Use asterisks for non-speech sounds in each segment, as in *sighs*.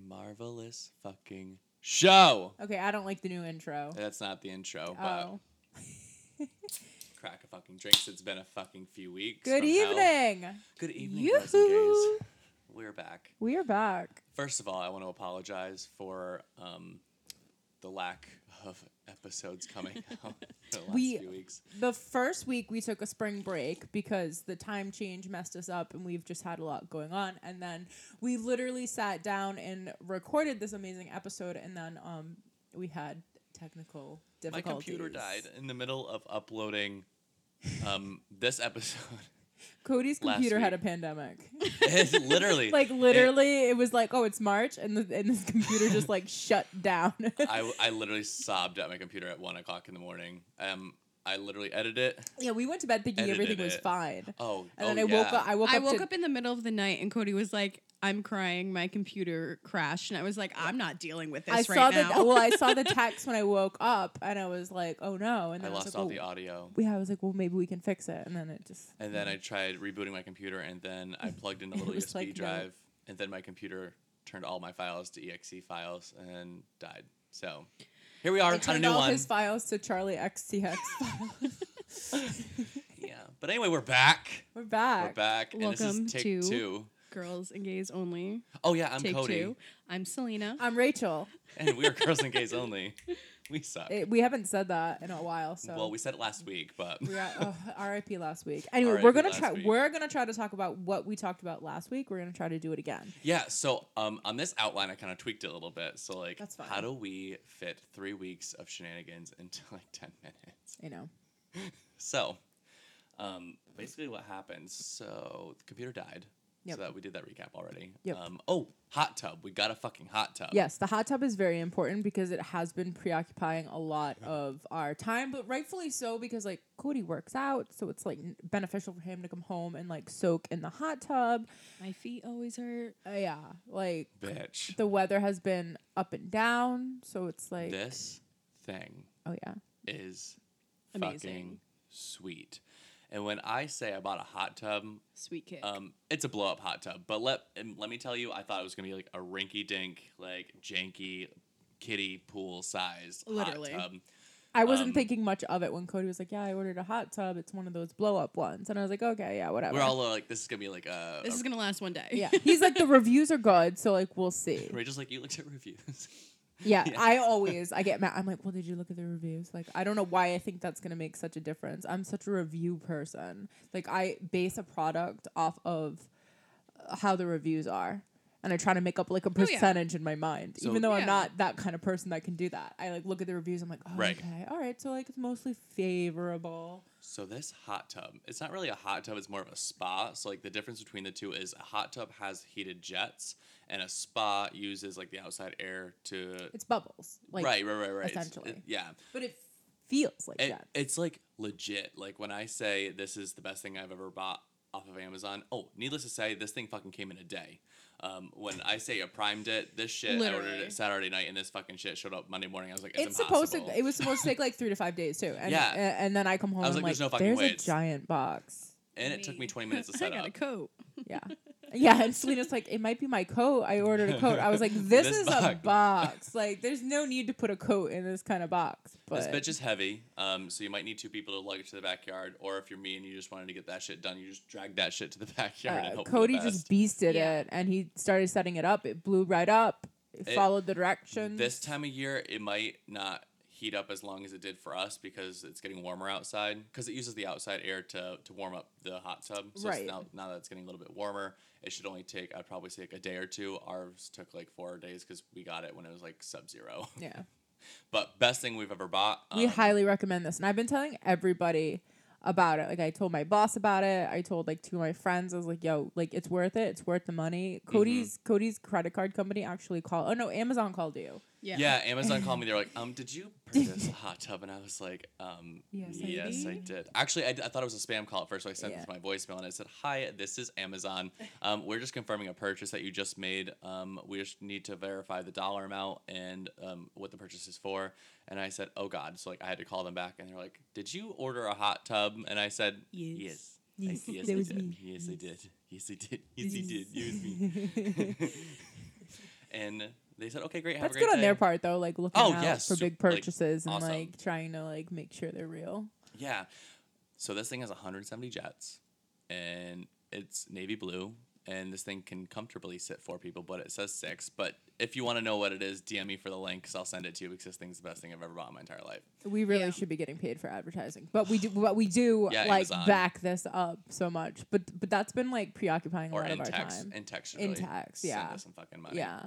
marvelous fucking show. Okay, I don't like the new intro. That's not the intro, but Oh. crack a fucking drinks. It's been a fucking few weeks. Good from hell. evening. Good evening, guys and Yoo-hoo. gays. We're back. We are back. First of all, I want to apologize for um, the lack of episodes *laughs* coming out the last We- few weeks. The first week we took a spring break because the time change messed us up and we've just had a lot going on. And then we literally sat down and recorded this amazing episode and then um we had technical My difficulties. computer died in the middle of uploading um, this episode. *laughs* Cody's last computer had a week. pandemic. *laughs* *laughs* It's literally like it- literally it was like, oh, it's March and the and this computer just like *laughs* shut down. I, I literally sobbed at my computer at one o'clock in the morning. Um, I literally edited it. *laughs* yeah, we went to bed thinking Edited everything was it. fine. Oh, And then oh, I yeah. woke up. I woke I up. woke to- up in the middle of the night and Cody was like, I'm crying. My computer crashed. And I was like, I'm not dealing with this I right saw the *laughs* now. well. I saw *laughs* the text when I woke up, and I was like, "Oh no!" And I then I, lost was all like, the well, audio. yeah, I was like, "Well, maybe we can fix it." And then it just And then I tried rebooting my computer, and then *laughs* I plugged in a mm-hmm." little It was USB like, no. drive, and then my computer turned all my files to exe files and died. So here we are I on a turned new all one. his files to *laughs* Charlie XCX files. yeah, but anyway, we're back. We're back. We're back, and this Welcome is take to- two. Girls and gays only. Oh yeah, I'm Take Cody, two. I'm Selena. I'm Rachel. and we're girls and *laughs* gays only. We suck. It- we haven't said that in a while, so Uh, Well, we said it last week, but we got *laughs* oh, RIP last week. Anyway, RIP we're gonna last try. week. We're gonna try to talk about what we talked about last week. We're gonna try to do it again. Yeah, so um, on this outline, I kind of tweaked it a little bit. So like, That's fine. how do we fit three weeks of shenanigans into like *laughs* ten minutes? You know, So, um, basically, what happened? So the computer died. Yep. So that we did that recap already. Yep. Um, oh, hot tub. We got a fucking hot tub. Yes, the hot tub is very important because it has been preoccupying a lot of our time, but rightfully so because like Cody works out, so it's like n- beneficial for him to come home and like soak in the hot tub. My feet always hurt. Uh, yeah, like Bitch. the weather has been up and down, so it's like This thing oh yeah, is fucking Amazing. sweet. And when I say I bought a hot tub, Sweet kick. Um, it's a blow up hot tub, but let and let me tell you, I thought it was gonna be like a rinky dink, like janky, kiddie pool size Literally. hot tub. I wasn't Um, thinking much of it when Cody was like, "Yeah, I ordered a hot tub. It's one of those blow up ones," and I was like, "Okay, yeah, whatever." We're all uh, like, this is gonna be like a. this is going to last one day. *laughs* yeah, he's like the reviews are good, so like *laughs* we'll see. Rachel's like you looked at reviews. *laughs* Yeah, Yeah. I always I get mad. I'm like, well, did you look at the reviews? Like, I don't know why I think that's gonna make such a difference. I'm such a review person. Like, I base a product off of uh, how the reviews are, and I try to make up like a yeah. percentage in my mind, Oh, So- even though I'm Yeah. not that kind of person that can do that. I like look at the reviews. I'm like, oh, Right. okay, all right. So like, it's mostly favorable. so this hot tub, it's not really a hot tub; it's more of a spa. So like the difference between the two is a hot tub has heated jets, and a spa uses like the outside air to. It's bubbles, like, right, right, right, right. It's- essentially. it- yeah. But it feels like It- that. It's like legit. Like when I say this is the best thing I've ever bought off of Amazon. Oh, needless to say, this thing fucking came in a day. Um, when I say I primed it, this shit I ordered Literally. it Saturday night, and this fucking shit showed up Monday morning. I was like, it's, It's supposed impossible. to. It was supposed *laughs* to take like three to five days too. And, Yeah. a- and, then I come home. I was I'm like, there's no fucking there's way a it's- giant box. and it took me 20 *laughs* minutes to set I got up. a coat. Yeah. Yeah, and Selena's like, it might be my coat. I ordered a coat. I was like, *laughs* this, This is a box. box. Like, there's no need to put a coat in this kind of box. This But bitch is heavy, um, so you might need two people to lug it to the backyard. Or if you're me and you just wanted to get that shit done, you just drag that shit to the *laughs* backyard. and uh, hope for the Cody best. just beasted Yeah. it, and he started setting it up. It blew right up. It, It- followed the directions. This time of year, it might not heat up as long as it did for us because it's getting warmer outside. Because it uses the outside air to, to warm up the hot tub. So it's Right. now, now that it's getting a little bit warmer, it should only take, I'd probably say like a day or two. Ours took like four days because we got it when it was like sub zero. *laughs* yeah. but best thing we've ever bought. we um, highly recommend this and i've been telling everybody about it like i told my boss about it i told like two of my friends i was like yo like it's worth it it's worth the money Mm-hmm. cody's cody's credit card company actually called oh no amazon called you Yeah. yeah. *laughs* Amazon called me. They're like, um, did you purchase a hot tub? And I was like, um, Yes, yes, I I, did. did. Actually, I, d- I thought it was a spam call at first, so I sent Yeah. it to my voicemail and I said, hi, this is Amazon. Um, we're just confirming a purchase that you just made. Um, we just need to verify the dollar amount and um, what the purchase is for. And I said, oh God. So like, I had to call them back, and they're like, did you order a hot tub? And I said, Yes. yes. Yes, I, yes, that I was did. me. Yes, *laughs* I did. Yes, I did. Yes, I did. It was me. *laughs* and they said, okay, great. Have That's a great good on their day." part though, like looking Oh, out yes, for su- big like, purchases awesome. and like trying to like make sure they're real. Yeah. So this thing has 170 jets and it's navy blue and this thing can comfortably sit four people, but it says six. But if you want to know what it is, DM me for the link because I'll send it to you because this thing's the best thing I've ever bought in my entire life. We really Yeah. should be getting paid for advertising, but we do, but we do Yeah, like Amazon. back this up so much. But but that's been like preoccupying a Or lot in of our text. time. In text. should In really text, send yeah. us some fucking money. *laughs* Yeah.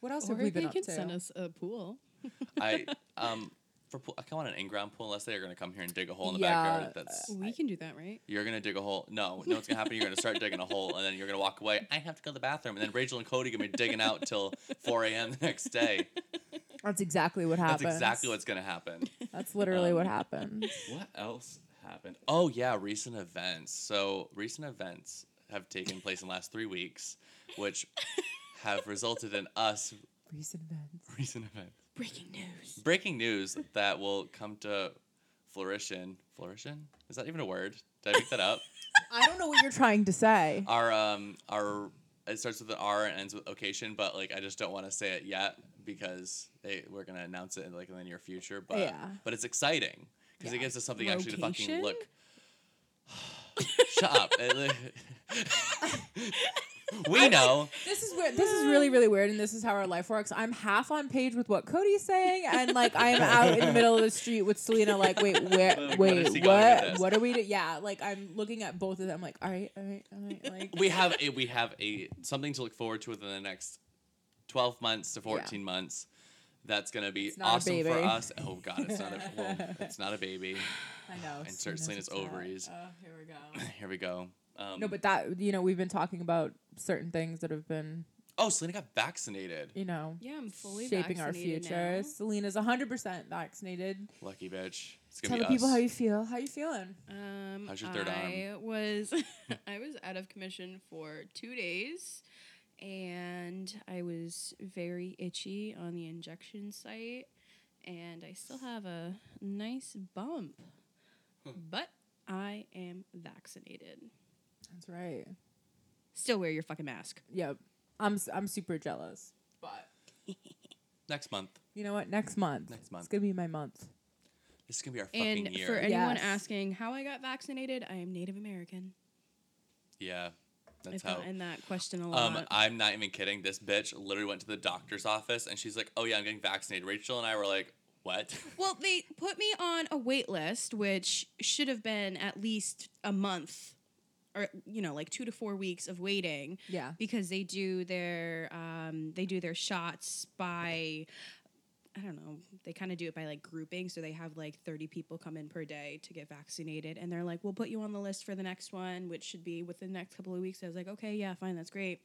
What else Or have we they been up can to? send us a pool. *laughs* I, um, for pool, I kind of want an in-ground pool unless they're going to come here and dig a hole in the Yeah, Uh, backyard. That's We can do that, right? You're gonna dig a hole. No, no, it's gonna happen. You're gonna start digging a hole, and then you're gonna walk away. I have to go to the bathroom, and then Rachel and Cody gonna be digging out till 4 a.m. the next day. That's exactly what That's happens. exactly what's gonna happen. That's literally what Um, *laughs* happens. What else happened? Oh yeah, recent events. So recent events have taken place in the last three weeks, which have resulted in us *laughs* Recent events. recent events Breaking news. breaking news that will come to flourishing. Flourishing is that even a word? Did I make that up? I don't know what you're trying to say. our um our it starts with an R and ends with occasion, but like I just don't want to say it yet because they, we're gonna announce it in like in the near future. But Yeah. but it's exciting because it Yeah. gives us something actually to fucking Location? look. *laughs* Shut up. It li- *laughs* we know. This is weird. This is really, really weird, and this is how our life works. I'm half on page with what Cody's saying, and like I'm out in the middle of the street with Selena. Like, wait, where? Like, what Wait, is he what? going with What, this? are we? Do? Yeah, like I'm looking at both of them. Like, all right, all right, all right. Like, *laughs* we have a we have a something to look forward to within the next 12 months to 14 months that's gonna be It's not a awesome for baby. us oh god it's not a well, it's not a baby *laughs* I know. and start Selena's upset. ovaries. Oh, here we *laughs* go. here we go um, No, but that you know we've been talking about certain things that have been oh selena got vaccinated you know Yeah, I'm fully shaping our vaccinated future. now. Selena's 100% vaccinated. Lucky bitch. It's Tell gonna the be people us. how you feel. How you feeling? Um, How's your third arm? I *laughs* was *laughs* I was out of commission for two days, and I was very itchy on the injection site, and I still have a nice bump, but I am vaccinated. That's right. Still wear your fucking mask. Yep. I'm s- I'm super jealous. But Next month. You know what? Next month. Next It's month. gonna be my month. This is gonna be our fucking and year. for anyone Yes. asking how I got vaccinated, I am Native American. yeah. That's I've how. gotten that question a lot. Um, I'm not even kidding. This bitch literally went to the doctor's office and she's like, "Oh yeah, I'm getting vaccinated." Rachel and I were like, "What?" *laughs* Well, they put me on a wait list, which should have been at least a month or you know, like two to four weeks of waiting Yeah. because they do their um, they do their shots by I don't know, they kind of do it by like grouping. So they have like 30 people come in per day to get vaccinated and they're like, We'll put you on the list for the next one, which should be within the next couple of weeks. I was like, Okay, yeah, fine, that's great.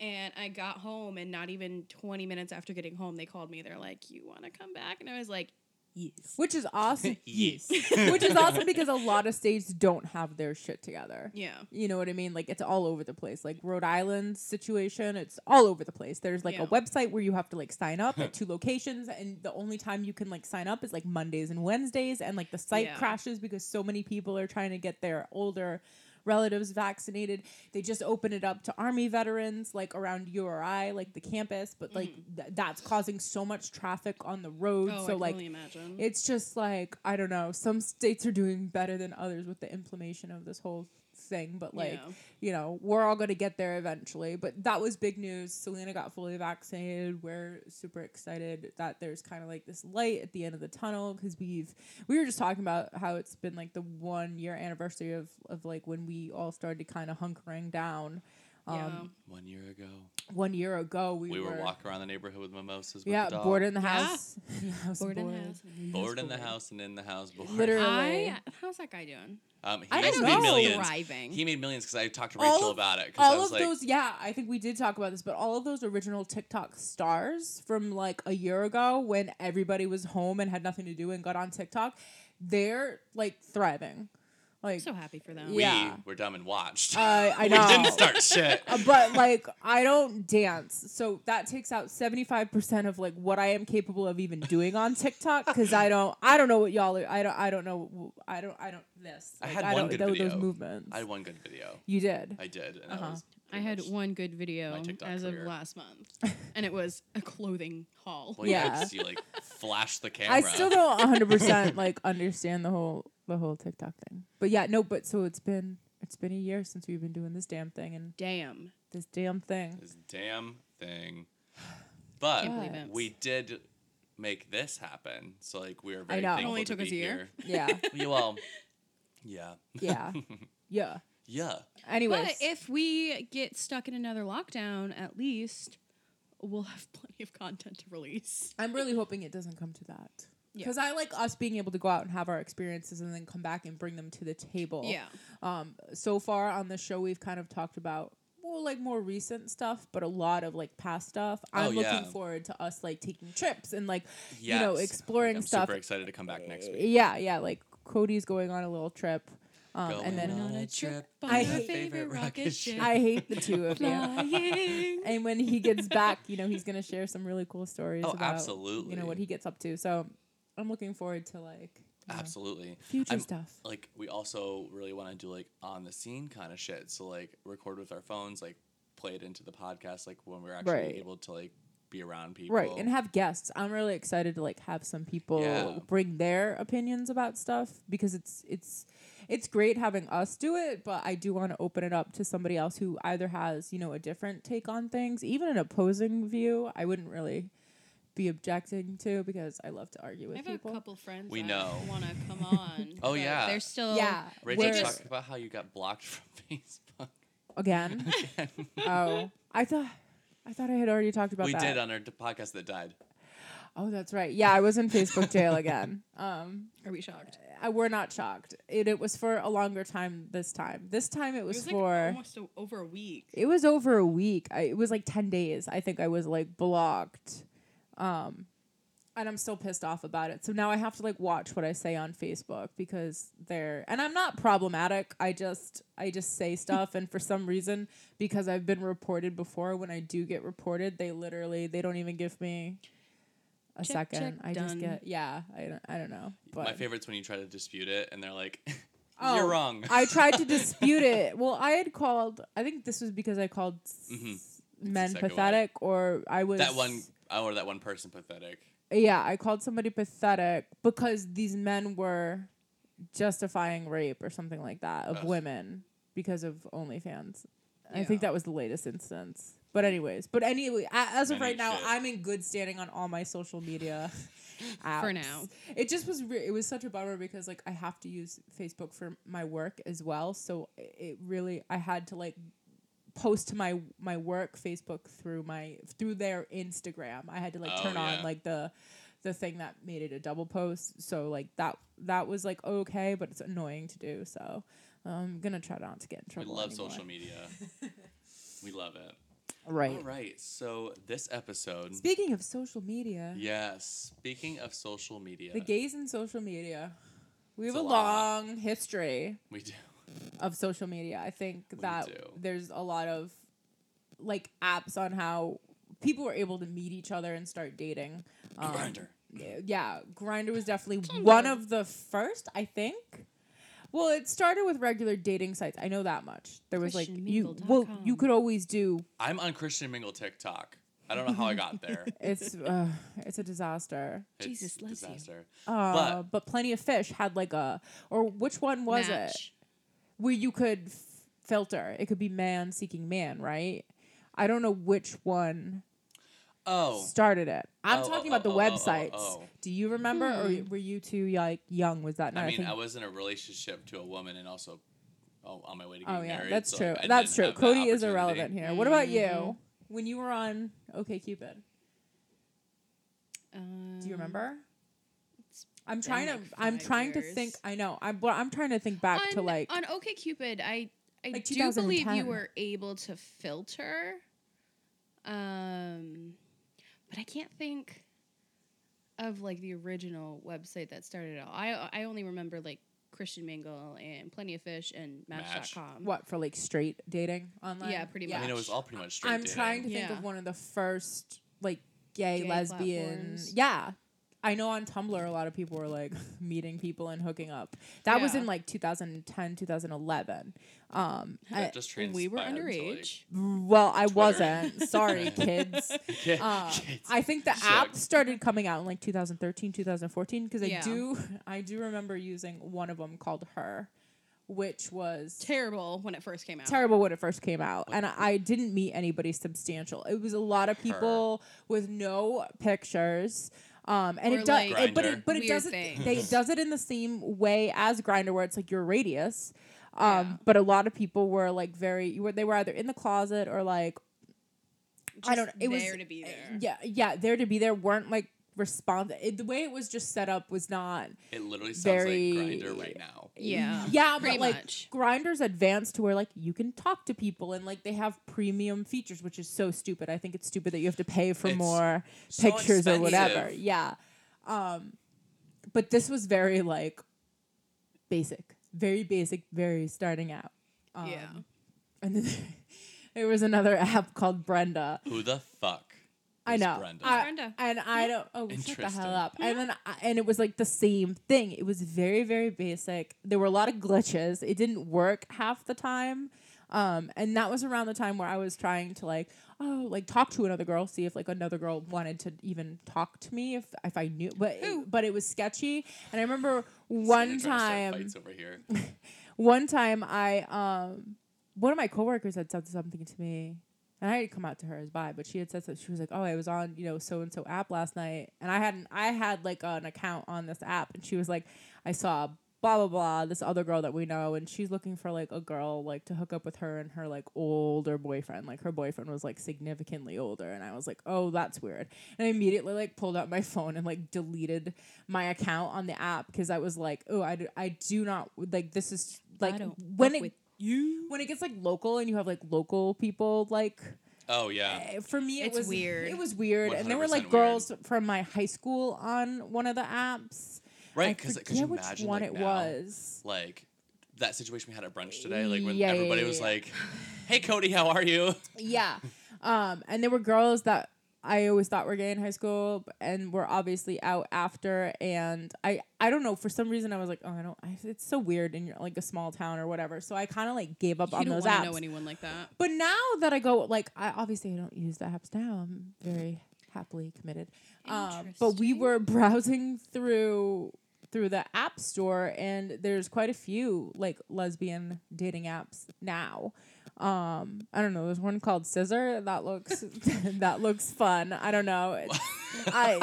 And I got home and not even 20 minutes after getting home, they called me. They're like, You wanna come back? And I was like, Yes. Which is awesome. *laughs* Yes. Which is awesome because a lot of states don't have their shit together. Yeah. You know what I mean? Like it's all over the place. Like Rhode Island's situation, it's all over the place. There's like Yeah. a website where you have to like sign up at two locations and the only time you can like sign up is like Mondays and Wednesdays and like the site Yeah. crashes because so many people are trying to get their older relatives vaccinated. They just open it up to army veterans like around URI, like the campus, but like th- that's causing so much traffic on the road. Mm-hmm. Oh, I so can like only imagine. it's just like I don't know. Some states are doing better than others with the inflammation of this whole thing, but like Yeah. you know, we're all gonna get there eventually. But that was big news. Selena got fully vaccinated. We're super excited that there's kind of like this light at the end of the tunnel because we've we were just talking about how it's been like the one year anniversary of of like when we all started kind of hunkering down. Um, One year ago, one year ago we, we, were, walking around the neighborhood with mimosas. With yeah, the dog. bored in the Yeah. house, *laughs* house Bored in bored. house. Bored in the house and in the house. Bored. Literally. I, how's that guy doing? *laughs* Um, he I made don't know. millions. Thriving. He made millions because I talked to All Rachel of- about it. 'cause I all was of like, those yeah i think we did talk about this but all of those original tiktok stars from like a year ago when everybody was home and had nothing to do and got on tiktok they're like thriving Like, so happy for them. Yeah. We were dumb and watched. I- *laughs* I we know. didn't start *laughs* shit. Uh, but like I don't dance, so that takes out seventy five percent of like what I am capable of even doing on TikTok because I don't I don't know what y'all are, I don't I don't know I don't I don't this I Like, had I one don't good tho- video. those movements I had one good video. you did I did. And Uh-huh. that was I had pretty much- one good video my TikTok as career. of last month, and it was a clothing haul. Well, yeah. You, Yeah. could see, like, *laughs* flash the camera. I still don't one *laughs* hundred percent like understand the whole the whole TikTok thing but yeah no but so it's been it's been a year since we've been doing this damn thing and Damn. this damn thing This damn thing. But Can't believe it. we did make this happen. So, like, we are very know. It thankful only to took be us a year. *laughs* yeah here. well, *laughs* yeah. *laughs* yeah yeah Yeah. anyways But if we get stuck in another lockdown, at least we'll have plenty of content to release. I'm really hoping it doesn't come to that. Yeah. Because I like us being able to go out and have our experiences and then come back and bring them to the table. Yeah. Um, so far on the show, we've kind of talked about well, like more recent stuff, but a lot of like past stuff. I'm Oh, yeah. looking forward to us like taking trips and like Yes. you know Like, exploring I'm stuff. super excited to come back next week. Eh, Yeah, yeah. Like Cody's going on a little trip, um, Going and then on a trip on I our hate- favorite rocket ship. I hate the two *laughs* of you. *laughs* Flying. And when he gets back, you know he's gonna share some really cool stories. Oh, about, absolutely. You know what he gets up to. So I'm looking forward to like you know, Absolutely. future I'm- stuff. like we also really want to do like on the scene kind of shit. So like record with our phones, like play it into the podcast, like when we're actually Right. able to like be around people. right and have guests i'm really excited to like have some people Yeah. bring their opinions about stuff because it's it's it's great having us do it but i do want to open it up to somebody else who either has you know a different take on things even an opposing view i wouldn't really be objecting to because i love to argue with I have people a couple friends We that know. want to *laughs* come on. Oh, but yeah. They're still yeah Rachel we're- talked about how you got blocked *laughs* from Facebook. *laughs* *laughs* again oh i thought i thought i had already talked about we that did uh, on our d- podcast that died. oh that's right yeah i was in facebook jail again um Are we shocked? It I, we're not shocked. It, it was for a longer time this time. This time it was, was like for. almost o- over a week. it was over a week. I, it was like 10 days. I think I was like blocked. Um, and I'm still pissed off about it. So now I have to like watch what I say on Facebook because they're. And I'm not problematic. I just I just *laughs* say stuff and for some reason because I've been reported before when I do get reported, they literally they don't even give me a Check, second. check, I just done. get yeah, I don't, I don't know. But My favorite's when you try to dispute it and they're like, *laughs* "You're Oh, wrong." *laughs* I tried to dispute it. Well, I had called. I think this was because I called s- Mhm. men second one. pathetic, or I was that one, oh, or that one person, pathetic. Yeah, I called somebody pathetic because these men were justifying rape or something like that of Ugh. women because of OnlyFans. I Yeah. think that was the latest instance. But anyways, but anyway, a- as of Many right now, shit. I'm in good standing on all my *laughs* social media. For apps. now. it just was re- it was such a bummer because like I have to use Facebook for my work as well, so i- it really I had to like post to my my work Facebook through my through their Instagram. I had to like Oh, turn yeah. on like the the thing that made it a double post. So like that that was like okay, but it's annoying to do. So I'm gonna try not to get in We trouble. love anymore. social media. *laughs* we love it. Right. All right. So this episode. Speaking of social media, Yes. Speaking of social media, the gays in social media. We have It's a a lot. long history we do. of social media. I think that do. there's a lot of like apps on how people were able to meet each other and start dating. Um, Grinder. Yeah, Grinder was definitely one of the first, I think. Well, it started with regular dating sites. I know that much. There was like you well, you ChristianMingle.com. could always do. I'm on Christian Mingle TikTok. I don't know how I *laughs* got there. It's uh, it's a disaster. It's Jesus loves you. disaster. Uh, but, plenty of fish had like a or which one was it? Match. where you could f- filter. It could be man seeking man, right? I don't know which one Oh, started it. I'm Oh, talking oh, about the oh, oh, oh, websites. oh. Do you remember, or were you too like young? Was that not? I a mean, thing? I was in a relationship to a woman and also oh, on my way to getting oh yeah, married. that's so, true. like, I didn't that's true. have that Cody is opportunity. irrelevant here. What about you? Mm-hmm. When you were on OK Cupid, Um, do you remember? it's I'm been trying to. like I'm five trying to years. think. I know. I'm. Well, I'm trying to think back on, to like. on OkCupid, I I Like do believe 2010. you were able to filter, um, but I can't think of like the original website that started it all. I I only remember like Christian Mingle and Plenty of Fish and Match. Match.com. What for like straight dating online? Yeah, pretty I mean, it much. was all pretty much straight. I'm dating. trying to think Yeah. of one of the first like gay, Gay lesbian. platforms. Yeah. I know on Tumblr a lot of people were like *laughs* meeting people and hooking up. That was Yeah. in like 2010, 2011. Um That I- just We were transpired to, like- *laughs* underage. well, I Twitter. wasn't. *laughs* Sorry, kids. Yeah, *laughs* Uh, kids. I think the Suck. app started coming out in like 2013, 2014 because I Yeah. do I do remember using one of them called Her, which was Terrible when it first came out. terrible when it first came out and I- i didn't meet anybody substantial it was a lot of people with no pictures um and Or it does like it, but Grindr. it but it weird does it things. they it does it in the same way as grinder where it's like your radius um Yeah. but a lot of people were like very you were they were either in the closet or like Just I don't- it there was- eh, to be there. yeah yeah there to be there weren't like response it, the way it was just set up was not It literally sounds very- like Grinder right now. Yeah. yeah Pretty but like much. grinders advanced to where like you can talk to people and like they have premium features which is so stupid i think it's stupid that you have to pay for It's more so pictures or whatever expensive. yeah um but this was very like basic very basic very starting out um, yeah. and *laughs* then there was another *laughs* app called brenda Who the fuck? I is know. Brenda? I- Brenda. and I don't. Oh, shut the Interesting. hell up! And then I, and it was like the same thing. It was very very basic. There were a lot of glitches. It didn't work half the time. Um, and that was around the time where I was trying to like, oh, like talk to another girl, see if like another girl wanted to even talk to me if if I knew. But Who? but it was sketchy. And I remember Sandra trying one to start time Fights over here. one time I um one of my coworkers had said something to me and I had come out to her as bi, but she had said something. She was like, "Oh, I was on you know so and so app last night, and I hadn't I had like an account on this app, and she was like, I saw blah blah blah this other girl that we know, and she's looking for like a girl like to hook up with her and her like older boyfriend. Like her boyfriend was like significantly older, and I was like, oh, that's weird, and I immediately like pulled out my phone and like deleted my account on the app because I was like, oh, I do, I do not like this is like don't when fuck it with you when it gets like local and you have like local people like Oh *laughs* yeah. eh, for me it It's was weird. it was weird and there were 100% like weird. girls from my high school on one of the apps Right, I because could you forget which imagine one like, it now, *laughs* was like that situation we had at brunch today, like when Yeah, yeah, everybody yeah, was yeah. like, "Hey Cody, how are *laughs* you?" yeah um and there were girls that I always thought were gay in high school b- and were obviously out after and I I don't know for some reason I was like oh I don't I, it's so weird in your like a small town or whatever so I kind of like gave up You on don't those want apps to know anyone like that. But now that I go, like, I obviously I don't use the apps now. I'm very happily committed. Um, but we Interesting. were *laughs* browsing through through the app store, and there's quite a few like lesbian dating apps now. Um, I don't know. There's one called Scissor that looks *laughs* that looks fun. I don't know. It's- I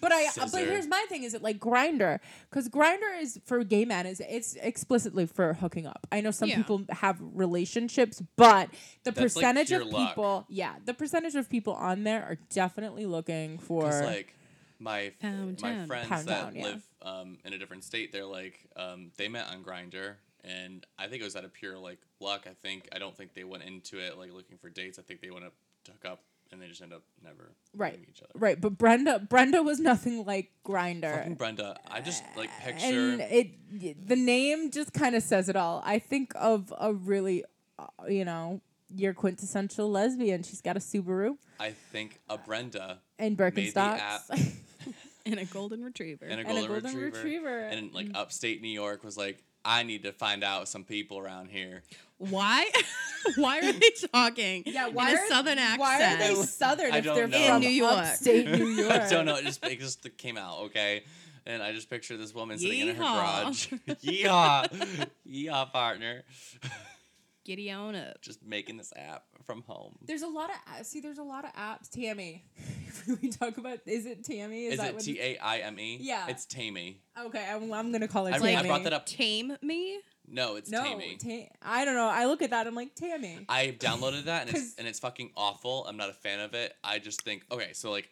but I but Scissor. here's my thing is it like grinder because grinder is for gay men is it's explicitly for hooking up. I know some Yeah. people have relationships, but the That's, like, percentage pure of luck. people, yeah, the percentage of people on there are definitely looking for Because like my Pound my town. friends Pound that town, yeah. live um, in a different state, they're like um, they met on Grinder, and I think it was out of pure like luck. I think I don't think they went into it like looking for dates. I think they went up to hook up, and they just end up never Right. meeting each other. right. But Brenda, Brenda was nothing like grinder. Fucking Brenda, I just like picture Uh, and it the name just kind of says it all. I think of a really, uh, you know, your quintessential lesbian. She's got a Subaru I think a Brenda and made the Birkenstocks. app And a golden retriever. and a *laughs* And golden, a golden retriever, retriever. and like upstate New York was like, I need to find out some people around here. *laughs* why? why are they talking? in a southern accent? Why are they southern I if don't they're know. from In New *laughs* York. upstate *laughs* New York? I don't know. It just it just came out okay, and I just picture this woman sitting in her *laughs* garage. *laughs* Yeehaw, yeehaw, partner, Giddy on up. just making this app from home. There's a lot of a- see. There's a lot of apps. Tammy, *laughs* we talk about is it Tammy? Is, Is that it what T A I M E? Yeah. it's Tammy. Okay, I'm, I'm gonna call her I, Tammy. I brought that up. Tame me. No, it's No, Tammy. Ta- I don't know. I look at that. I'm like Tammy. I downloaded that and it's *laughs* 'Cause- and it's fucking awful. I'm not a fan of it. I just think okay, so like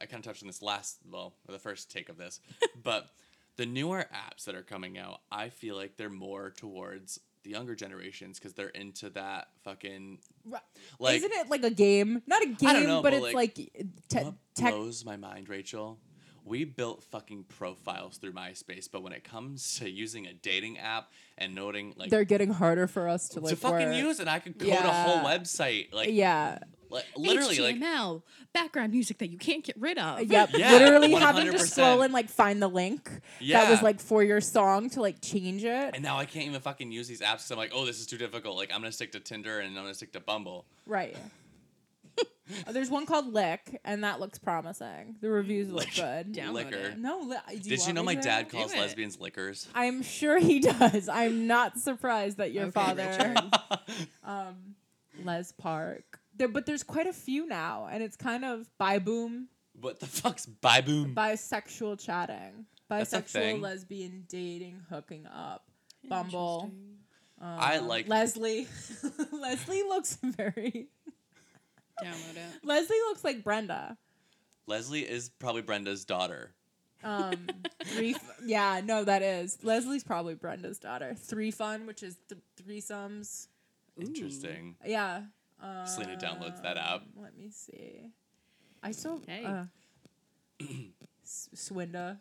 I kind of touched on this last well, or the first take of *laughs* this, but the newer apps that are coming out, I feel like they're more towards the younger generations because they're into that fucking Ru- like Isn't it like a game? Not a game, know, but, but, it's like, te- what tech. blows my mind, Rachel, we built fucking profiles through MySpace, but when it comes to using a dating app and noting like They're getting harder for us to like to fucking work. use it, I could code a whole Yeah. website like Yeah. li- literally like HTML background music that you can't get rid of. Yep. Yeah, Literally having to 100%. scroll and like find the link that Yeah. was like for your song to like change it. and now I can't even fucking use these apps 'cause I'm like, oh, this is too difficult. Like, I'm gonna stick to Tinder and I'm gonna stick to Bumble. *laughs* Right. Uh, There's one called Lick, and that looks promising. The reviews look good. *laughs* Download Liquor. it. No, li- do you Did you want know me my to? dad Do calls it. lesbians liquors? I'm sure he *laughs* does. I'm not surprised that your Okay, father, Richard. um, Les Park. There, but there's quite a few now, and it's kind of bi boom, What the *laughs* fuck's by boom? bisexual chatting, That's a bisexual, thing. lesbian, dating, hooking up, Bumble. Interesting. I um, like- Leslie. *laughs* Leslie looks very. Download it. Leslie looks like Brenda. Leslie is probably Brenda's daughter. Um, *laughs* *laughs* three. F- yeah, no, that is Leslie's probably Brenda's daughter. Three fun, which is th- threesomes. Ooh. Interesting. Yeah. Um, Selena downloads that app. Let me see. I still. Hey. Uh, S- Swinda.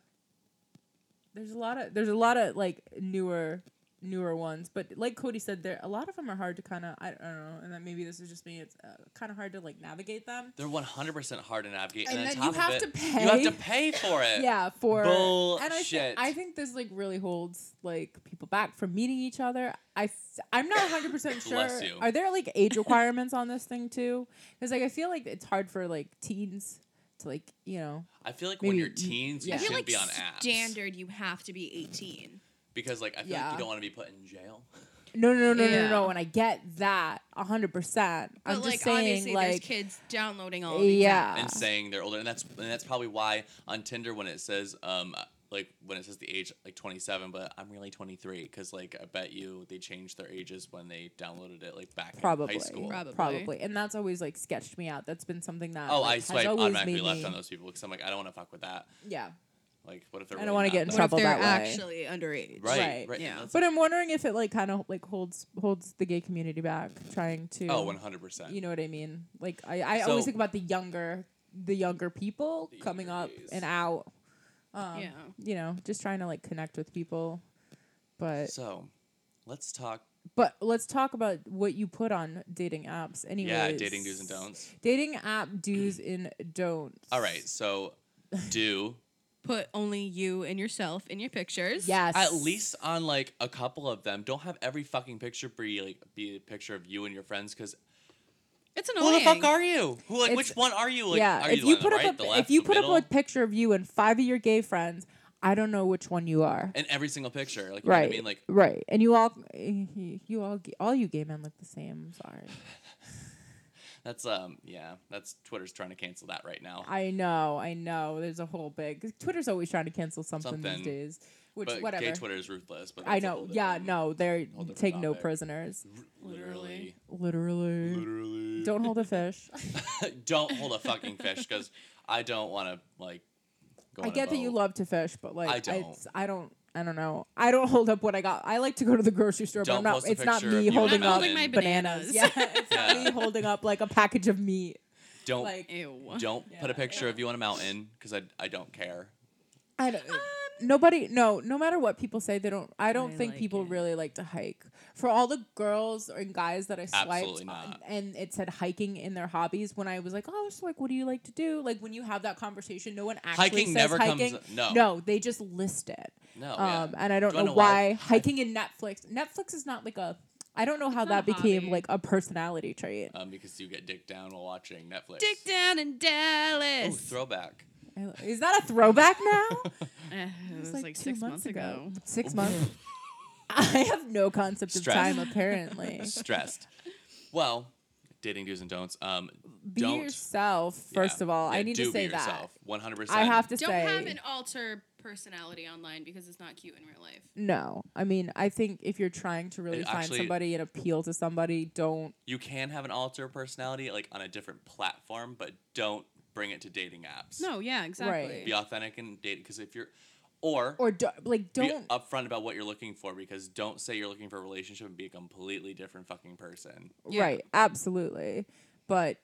There's a lot of there's a lot of like newer newer ones, but like Cody said, there a lot of them are hard to kind of I don't know, and then maybe this is just me. It's uh, kind of hard to like navigate them. They're 100% hard to navigate. And, And on then you top have of it, to You have pay. to pay for it. *laughs* Yeah, for And I, thi- Bullshit. I think this like really holds like people back from meeting each other. I am not 100 percent *laughs* sure. Bless you. Are there like age requirements on this thing too? Because like I feel like it's hard for like teens to like you know. I feel like when Maybe- you're teens, you yeah. I I feel shouldn't like be on apps. standard, you have to be 18. Because, like, I feel like Yeah. you don't want to be put in jail. No no no no no Yeah. no. And I get that 100. percent But I'm like just saying obviously, there's like kids downloading all. Of these yeah. and saying they're older. And that's and that's probably why on Tinder when it says um like when it says the age like 27, but I'm really 23 because like I bet you they changed their ages when they downloaded it like back Probably, in high school. Probably. and that's always like sketched me out. That's been something that Oh, like, I has swipe always automatically made left me- on those people because I'm like I don't want to fuck with that. Yeah, Like what if they're I don't really wanna not, get in though? What if Trouble that they're way. actually underage? Right, Right, right. yeah. that's- but I'm wondering if it like kind of like holds holds the gay community back, trying to oh, 100. percent you know what I mean? Like I, I So- always think about the younger the younger people The coming younger up gays. and out. Um, Yeah. You know, just trying to like connect with people. But So, let's talk. but let's talk about what you put on dating apps anyway. Yeah, dating do's and don'ts. Dating app do's and don'ts. All right, so *laughs* do Put only you and yourself in your pictures. Yes. at least on like a couple of them. Don't have every fucking picture be like be a picture of you and your friends because It's Who annoying. the fuck are you? Who like It's- which one are you? Like, yeah. are if you, you the put one on the up right, the a, left, if you the put middle? up a picture of you and five of your gay friends, I don't know which one you are. in every single picture, like you know right. what I mean, like right. And you all eh, you all all you gay men look the same. I'm sorry. that's um yeah, that's Twitter's trying to cancel that right now. I know, I know. There's a wole big Twitter's always trying to cancel something, Something. these days. Which but whatever. gay Twitter is ruthless. But I that's a know. whole Yeah, different- no, they whole different take no topic. prisoners. r- literally, Literally. literally. Don't hold a fish. *laughs* Don't don't hold a fucking fish because I don't want to like. Go I on a get that you boat. love to fish, but like I don't. it's- I don't I don't know. I don't hold up what I got. I like to go to the grocery store, Don't but I'm post not, a it's not picture of me you and holding a I'm up holding my bananas. bananas. Yeah, it's not me Yeah. holding up like a package of meat. Don't Like Ew. *laughs* don't put a Yeah. picture of you on a mountain because I I don't care. I don't. nobody. No. No matter what people say, they don't. I don't Um, I think like people it. really like to hike. For all the girls and guys that I swiped, Absolutely not. on- and it said hiking in their hobbies. When I was like, oh, so like, what do you like to do? Like when you have that conversation, no one actually Hiking says never hiking. comes. No, No, they just list it. no. um, yeah. and I don't Do I know, know why why? hiking in Netflix. Netflix is not like a. I don't know how It's not that a became hobby. like a personality trait. Um, because you get dick down while watching Netflix. Dick down in Dallas. Ooh, throwback. *laughs* *laughs* I- Is that a throwback now? Uh, it was like, six months ago. Six *laughs* months. I have no concept Stress. of time, *laughs* apparently. stressed. Well, dating do's and don'ts. Um, be Don't- yourself, first yeah. of all. I Yeah, need do to be say that. yourself, One hundred percent. I have to Don't say have an alter personality online because it's not cute in real life. no. I mean, I think if you're trying to really It find actually- somebody and appeal to somebody, don't. You can have an alter personality, like on a different platform, but don't bring it to dating apps. No, yeah, exactly. Be authentic and date because if you're, or, Or do, like, be don't. upfront about what you're looking for because don't say you're looking for a relationship and be a Um, completely different fucking person. Yeah. Right. Absolutely. But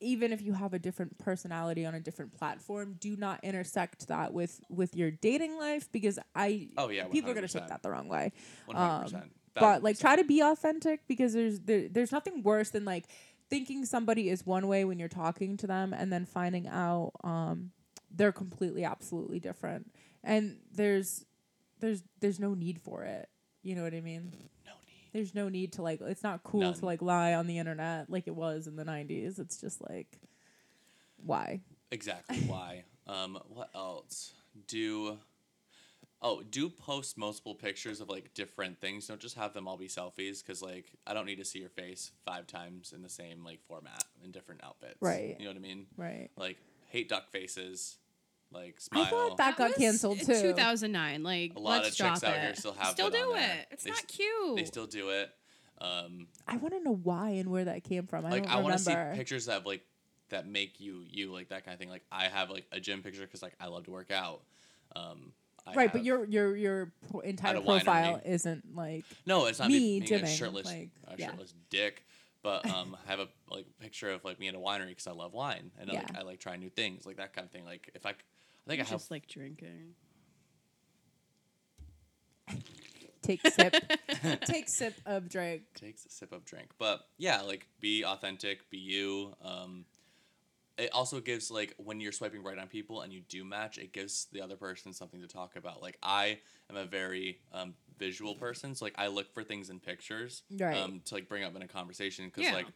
even if you have a different personality on a different platform, do not intersect that with with your dating life because I Oh, yeah, people are gonna take 100%. that the wrong way. One hundred percent. Um, but like try to be authentic because there's there, there's nothing worse than like thinking somebody is one way when you're talking to them and then finding out um, they're completely absolutely different and there's there's there's no need for it you know what i mean no need. there's no need to like it's not cool None. to like lie on the internet like it was in the 90s it's just like why Exactly *laughs* why. Um, what else? Do oh do post multiple pictures of like different things. Don't just have them all be selfies because like I don't need to see your face five times in the same like format in different outfits. Right. You know what I mean? right Like hate duck faces. Like smile. I thought that, got was canceled in too 2009. Like A lot let's of chicks drop out it. here still have still that on do there. it. It's They not s- cute. They still do it. Um, i want to know why and where that came from i like don't I, want to see remember pictures that like that make you you like that kind of thing. Like I have like a gym picture because like I love to work out. Um, I right but have- your your your pro- entire a winery. profile isn't like No, it's not me me, being a gymming, shirtless, like, a yeah. shirtless dick. But um, *laughs* I have a like picture of like me in a winery because I love wine and like Yeah. I like trying new things, like that kind of thing. Like if I, c- I think I It's have just like drinking. take sip take sip of drink takes a sip of drink, but yeah, like be authentic, be you. Um, it also gives like when you're swiping right on people and you do match, it gives the other person something to talk about. Like I am a very um, visual person, so like I look for things in pictures, Right. Um, to like bring up in a conversation because Yeah. like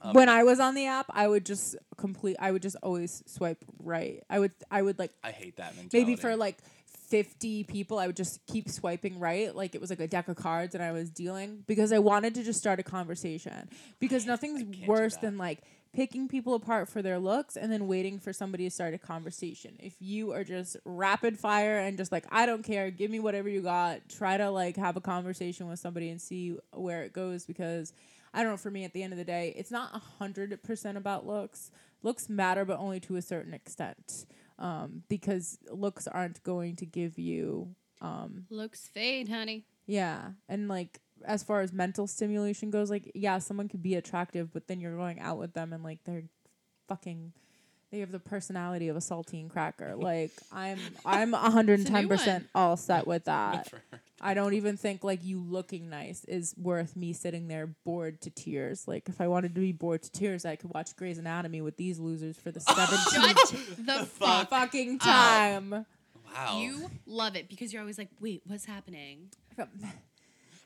um, when I was on the app, I would just complete. I would just always swipe right. I would. I would like I hate that mentality. maybe for like fifty people, I would just keep swiping right, like it was like a deck of cards, and I was dealing because I wanted to just start a conversation because I can't nothing's do worse that. than like picking people apart for their looks and then waiting for somebody to start a conversation. If you are just rapid fire and just like I don't care, give me whatever you got, try to like have a conversation with somebody and see where it goes because I don't know, for me at the end of the day, it's not 100% about looks. Looks matter but only to a certain extent. Um, because looks aren't going to give you um Looks *laughs* fade, honey. yeah. And like as far as mental stimulation goes, like yeah, someone could be attractive, but then you're going out with them and like they're fucking they have the personality of a saltine *laughs* cracker. Like I'm I'm new 110% one. all set with *laughs* that. For- I don't even think like you looking nice is worth me sitting there bored to tears. Like if I wanted to be bored to tears, I could watch Grey's Anatomy with these losers *laughs* for the 17th the Oh, fuck. Oh. fucking time. wow. You love it because you're always like, wait, what's happening?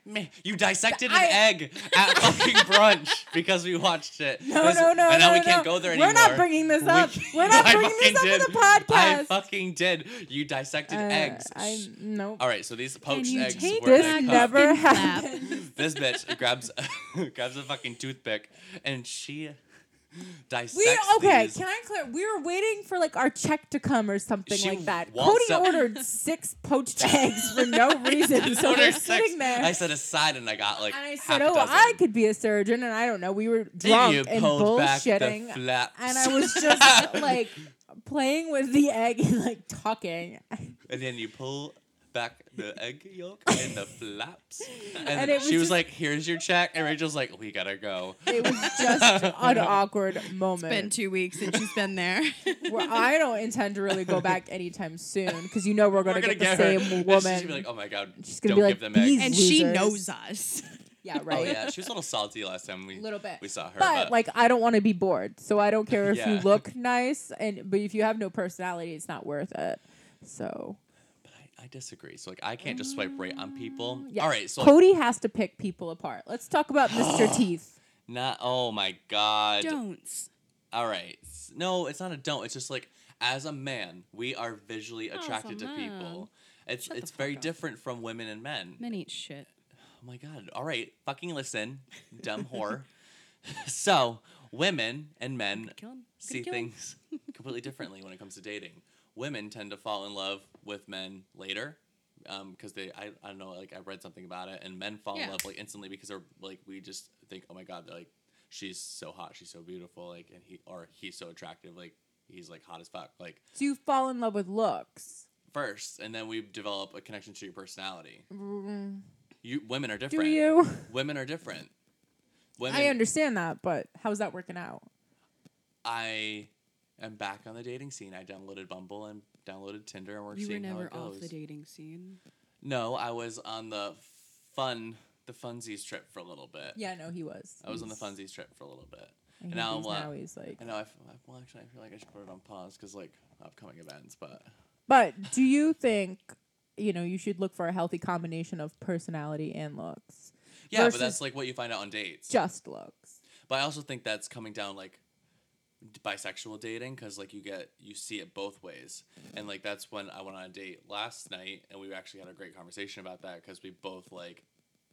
Man, you dissected I- an egg at *laughs* fucking brunch because we watched it. No, This- no, no, And now no, we no. can't go there anymore. We're not bringing this We up. can't- We're *laughs* not I bringing this fucking up to the did. I podcast. fucking did. You dissected Uh, eggs. I Shh. nope. All right, so these poached you eggs take were in this a cup. back never Fucking clap. happened. *laughs* This bitch grabs grabs a *laughs* fucking toothpick and she dissects We okay? these. Can I clear? We were waiting for like our check to come or something She like that. wants Cody some- ordered six *laughs* poached eggs for no reason, so Order we're six. sitting there. I said aside, and I got like. and I half said, a "Oh, dozen. I could be a surgeon," and I don't know. We were Then drunk you and pulled back the bullshitting, flaps. and I was *laughs* just like playing with the egg and like talking, and, And then you pull back the egg yolk and the *laughs* flaps. And, And it was she was just- like, here's your check. And Rachel's like, we gotta go. it was *laughs* just an awkward moment. Been two weeks since she's been there. *laughs* Well, I don't intend to really go back anytime soon because you know we're We're going to gonna get, get, the her. same *laughs* And she's woman. gonna be like, oh my God, She's gonna don't be give like, them eggs. "These *laughs* and she Losers. knows us. yeah, right. *laughs* oh yeah, she was a little salty last time we, A *laughs* little bit. we saw her. But, like, I don't want to be bored, so I don't care if you Yeah. look nice, and but if you have no personality, it's not worth it. So but I, I disagree. So like, I can't just swipe right on people. Mm, yeah. All right, so like, Cody has to pick people apart. Let's talk *gasps* about Mr. Teeth. not. Oh my God. Don'ts. All right. S- No, it's not a don't. It's just like as a man, we are visually as a attracted to man. people. It's Shut the it's very fuck up. different from women and men. Men eat shit. Oh my god. All right, fucking listen, dumb whore. *laughs* so, women and men Kill him. see things completely differently when it comes to dating. Women tend to fall in love with men later because they I, I don't know like I read something about it and men fall in Yeah. love like instantly because they're like we just think oh my god they're like she's so hot she's so beautiful like and he or he's so attractive like he's like hot as fuck like So you fall in love with looks. first and then we develop a connection to your personality. Mm, You women are Do different. you? Women are different. Women, I understand that, but how's that working out? I am back on the dating scene. I downloaded Bumble and downloaded Tinder, and we're you were seeing how never it goes. off the dating scene. No, I was on the fun, the funsies trip for a little bit. Yeah, no, he was. I was on the He's- funsies trip for a little bit. I hate now I'm these like- now he's like. I know. I f- I- well, actually, I feel like I should put it on pause because like upcoming events, but But do you think you know you should look for a healthy combination of personality and looks, yeah, Versus- but that's like what you find out on dates. just looks? But I also think that's coming down like d- bisexual dating because like you get you see it both ways, and like that's when I went on a date last night, and we actually had a great conversation about that because we both like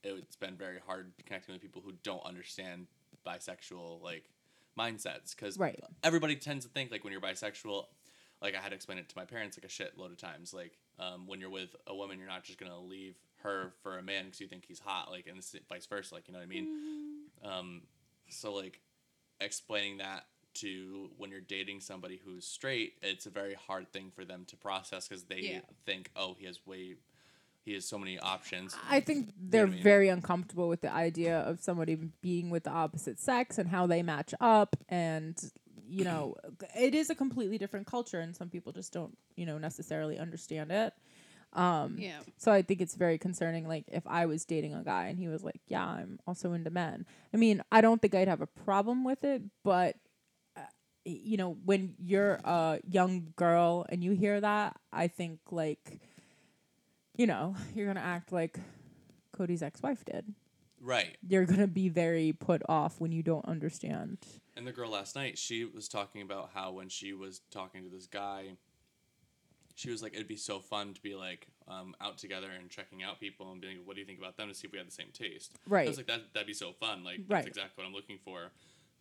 it's been very hard connecting with people who don't understand bisexual like mindsets because Right. everybody tends to think like when you're bisexual like i had to explain it to my parents like a shitload of times like um, when you're with a woman you're not just gonna leave her for a man because you think he's hot like and this vice versa like you know what i mean um, so like explaining that to when you're dating somebody who's straight, it's a very hard thing for them to process because they Yeah. think, oh, he has way, he has so many options. I think know they're what I mean? very uncomfortable with the idea of somebody being with the opposite sex and how they match up and you know it is a completely different culture and some people just don't you know necessarily understand it um Yeah. so i think it's very concerning like if i was dating a guy and he was like yeah i'm also into men i mean i don't think i'd have a problem with it but uh, you know when you're a young girl and you hear that i think like you know you're gonna act like cody's ex-wife did right. you're gonna be very put off when you don't understand And the girl last night, she was talking about how when she was talking to this guy, she was like, it'd be so fun to be like um, out together and checking out people and being, what do you think about them to see if we had the same taste. I right was like, that, that'd be so fun. Like, that's Right. exactly what I'm looking for.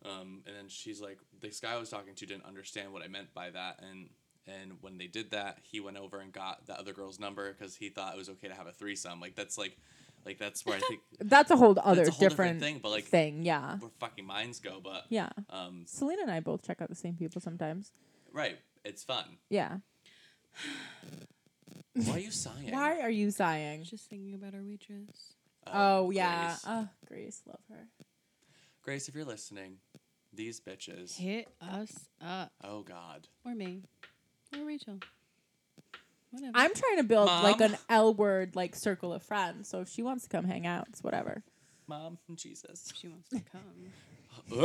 Um, and then she's like, this guy I was talking to didn't understand what I meant by that. And, and when they did that, he went over and got the other girl's number because he thought it was okay to have a threesome. Like, that's like, like, that's where I *laughs* think that's a whole other that's a whole different, thing, but like thing yeah where fucking minds go. But, yeah um, selena and i both check out the same people sometimes right. It's fun. yeah Why are you sighing? *laughs* why are you sighing Just thinking about our waitress. Oh, yeah. Grace. Oh, Grace, love her. Grace, if you're listening, these bitches. Hit us up. Oh, God. Or me. Or Rachel. Whatever. I'm trying to build like Mom? an L word like circle of friends. So if she wants to come hang out, it's whatever. Mom, *laughs* Jesus. she wants to *laughs* come.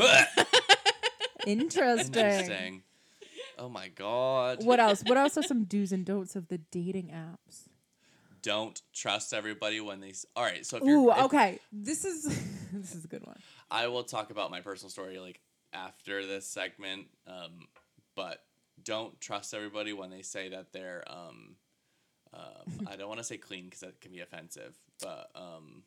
Interesting. Interesting. Oh, my God. What else? What else are some do's and don'ts of the dating apps? don't trust everybody when they. s- All right, so if you're, Ooh, if- okay. This is *laughs* this is a good one. I will talk about my personal story like after this segment, um, but don't trust everybody when they say that they're. Um, *laughs* um, I don't want to say clean because that can be offensive, but um,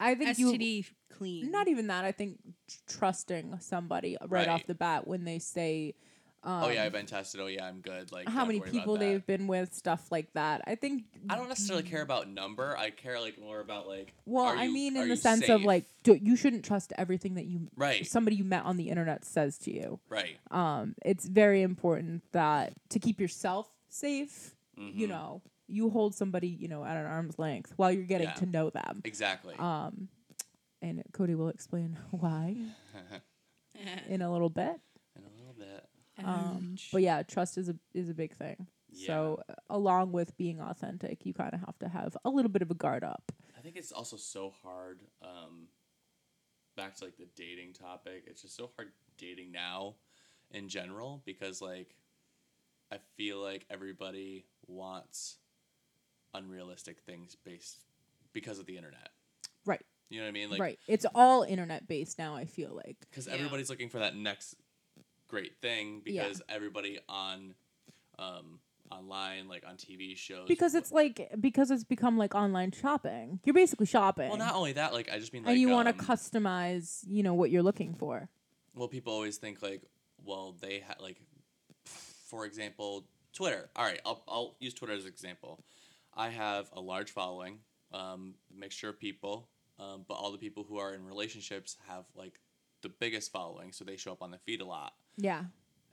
I think you STD clean. not even that. I think tr- trusting somebody right, off Right. the bat when they say, um, oh yeah, I've been tested. Oh yeah, I'm good. Like how don't many worry about people that. they've been with, stuff like that. I think I don't necessarily care about number. I care like more about like. Well, are I you- mean, are in you the sense of safe? like, do, you shouldn't trust everything that you Right. somebody you met on the internet says to you. Right. Um, it's very important that to keep yourself safe, you Mhm. know, you hold somebody, you know, at an arm's length while you're getting Yeah. to know them. Exactly. *laughs* Um, and Cody will explain *laughs* why Eh. in a little bit. In a little bit. Um, Ouch. but yeah, trust is a is a big thing. Yeah. So uh, along with being authentic, you kind of have to have a little bit of a guard up. I think it's also so hard. Um, back to like the dating topic, it's just so hard dating now, in general, because like, I feel like everybody wants unrealistic things based because of the internet. Right. You know what I mean? Like, right. It's all internet based now. I feel like. because Yeah. everybody's looking for that next great thing Yeah. because everybody on, um, online like on TV shows because it's like because it's become like online shopping. You're basically shopping. well not only that like I just mean like and you want to um, customize, you know, what you're looking for. well people always think like well they had like for example twitter all right I'll, I'll use twitter as an example i have a large following um, mixture of people um, but all the people who are in relationships have like the biggest following so they show up on the feed a lot Yeah.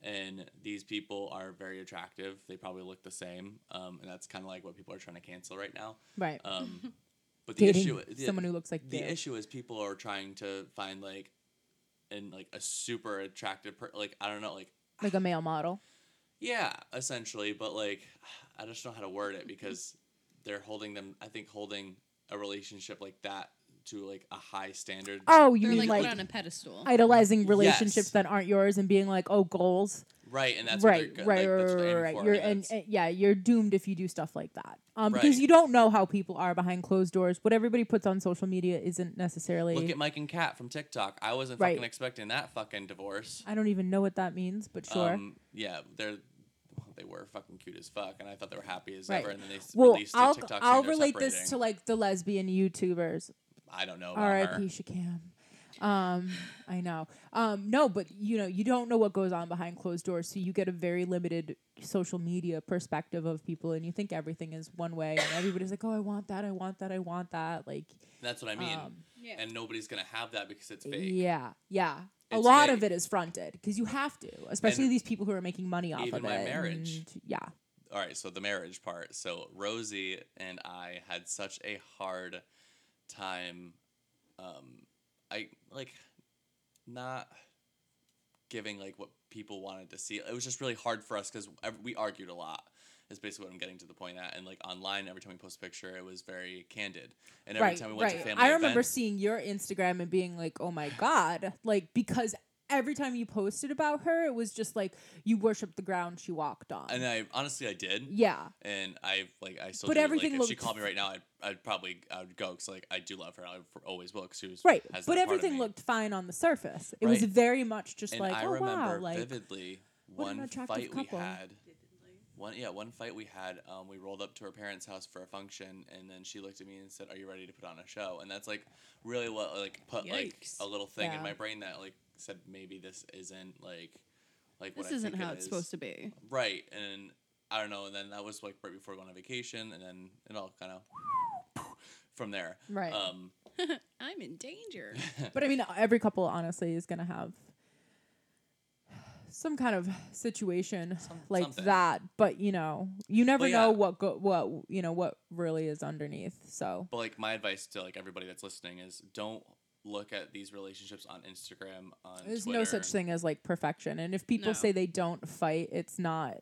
and these people are very attractive they probably look the same um, and that's kind of like what people are trying to cancel right now Right. *laughs* um, but the Dating issue the, someone who looks like the you. issue is people are trying to find like and like a super attractive per- like I don't know like like a *laughs* male model. yeah essentially but like *sighs* I just don't know how to word it because they're holding them I think holding a relationship like that to like a high standard Oh, you They're mean like, like, put *laughs* on a pedestal. idolizing relationships Yes. that aren't yours and being like, oh, goals. right and that's right, what they're, go- right, like, that's what right, they're right, aiming right. for, You're and and, that's- and- yeah, you're doomed if you do stuff like that. Um, because Right. you don't know how people are behind closed doors. What everybody puts on social media isn't necessarily. Look at Mike and Kat from TikTok. I wasn't Right. fucking expecting that fucking divorce. I don't even know what that means, but sure. Um, yeah, they're well, they were fucking cute as fuck, and I thought they were happy as Right. ever. And then they s- well, released a I'll TikTok saying I'll they're relate this separating. to like the lesbian YouTubers. I don't know. About her. R.I.P. Shakam. Um, I know. Um, no, but you know, you don't know what goes on behind closed doors, so you get a very limited social media perspective of people, and you think everything is one way, and everybody's like, "Oh, I want that, I want that, I want that." Like, That's what I mean. um, Yeah. and nobody's gonna have that because it's fake. yeah, yeah. a It's lot of fake. it is fronted because you have to, especially And these people who are making money off even of my it. marriage. and- yeah, All right, so the marriage part. So Rosie and I had such a hard time. Um, I like not giving like what people wanted to see. It was just really hard for us because we argued a lot. Is basically what I'm getting to the point at. And like online, every time we post a picture, it was very candid. And every right, time we went right. to family, I remember events- seeing your Instagram and being like, "Oh my god!" Like because every time you posted about her, it was just like you worship the ground she walked on. and I honestly I did. yeah, and I like I still. But do, everything like, if she looked- called me right now, I'd, I'd probably I'd go because like I do love her. I f- always will because she was right. has But been a part of everything me. looked fine on the surface. It was Right. very much just And like, I oh remember wow, like vividly what an one attractive fight couple. we had. One yeah, one fight we had. Um, we rolled up to her parents' house for a function, and then she looked at me and said, "Are you ready to put on a show?" And that's like really what like put like Yikes. a little thing Yeah. in my brain that like said maybe this isn't like like This what isn't I think how it it's is." supposed to be. Right, and I don't know. And then that was like right before we went on vacation, and then it all kind of from there. Right. Um, I'm in danger. But I mean, every couple honestly is gonna have some kind of situation like something. that. But you know, you never Well, know yeah. what go- what you know what really is underneath. So but like my advice to like everybody that's listening is don't look at these relationships on Instagram. On there's Twitter. no such thing as like perfection. And if people No. say they don't fight, it's not.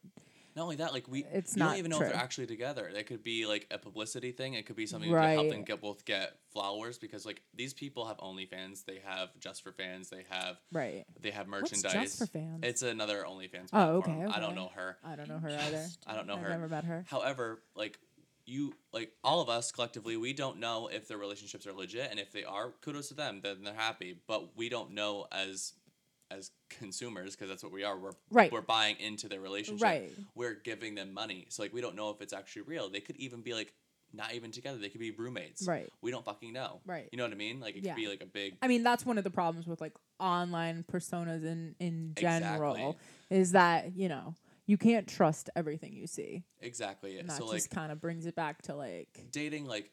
Not only that, like we It's you not don't even know if true. they're actually together. That could be like a publicity thing. It could be something to Right. help them get both get flowers because like these people have OnlyFans. They have Just for Fans. They have Right. they have What's Just merchandise. for Fans? It's another OnlyFans. Oh, Platform. Oh, okay, I don't okay. know her. I don't know her either. *laughs* I don't know I've her. never met her. However, like you, like all of us collectively, we don't know if their relationships are legit, and if they are, kudos to them. Then they're happy. But we don't know as as consumers because that's what we are. We're Right. We're buying into their relationship. Right. We're giving them money, so like we don't know if it's actually real. They could even be like not even together. They could be roommates. Right. We don't fucking know. Right. You know what I mean? Like it Yeah. could be like a big. I mean, that's one of the problems with like online personas in in general Exactly. is that you know you can't trust everything you see. Exactly. And that so like just kind of brings it back to like dating like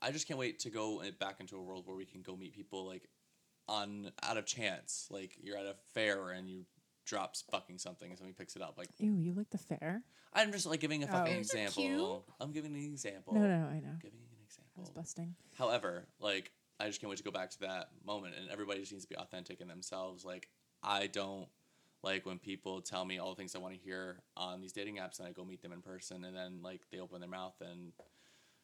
i just can't wait to go in- back into a world where we can go meet people like on out of chance like you're at a fair and you drops fucking something and somebody picks it up like ew, you like the fair? i'm just like giving a fucking Oh. Those are example cute. i'm giving an example No, no, no, I know. giving an I was example busting. however like i just can't wait to go back to that moment and everybody just needs to be authentic in themselves like i don't like when people tell me all the things i want to hear on these dating apps and i go meet them in person and then like they open their mouth and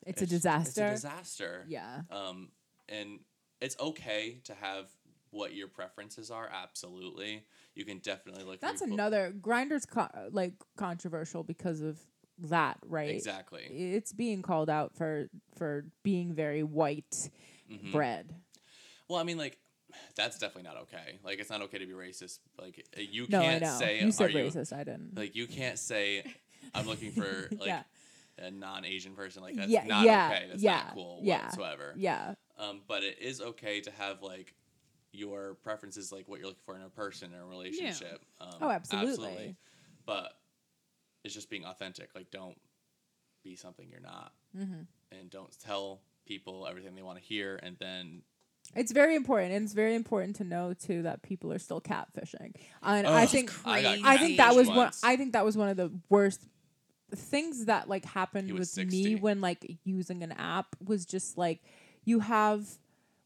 It's, a disaster. it's a disaster Yeah. um, and it's okay to have what your preferences are. Absolutely, you can definitely look. That's through- another grinders co- like controversial because of that, right? Exactly. It's being called out for for being very white Mhm. bread. Well, I mean, like that's definitely not okay. Like it's not okay to be racist. Like uh, you No, I can't know. say you said are you racist. I didn't. like you can't say I'm looking for like *laughs* Yeah. a non-Asian person. Like that's Yeah, not yeah, okay. That's yeah, not cool yeah, whatsoever. yeah, Um, but it is okay to have like your preferences, like what you're looking for in a person or a relationship. Um, Oh, absolutely. But it's just being authentic. Like, don't be something you're not, hmm and don't tell people everything they want to hear, and then it's very important, and it's very important to know too that people are still catfishing. And I Ugh, think I, got I think that catfished was one. once. I think that was one of the worst things that like happened He was with 60. me when like using an app was just like you have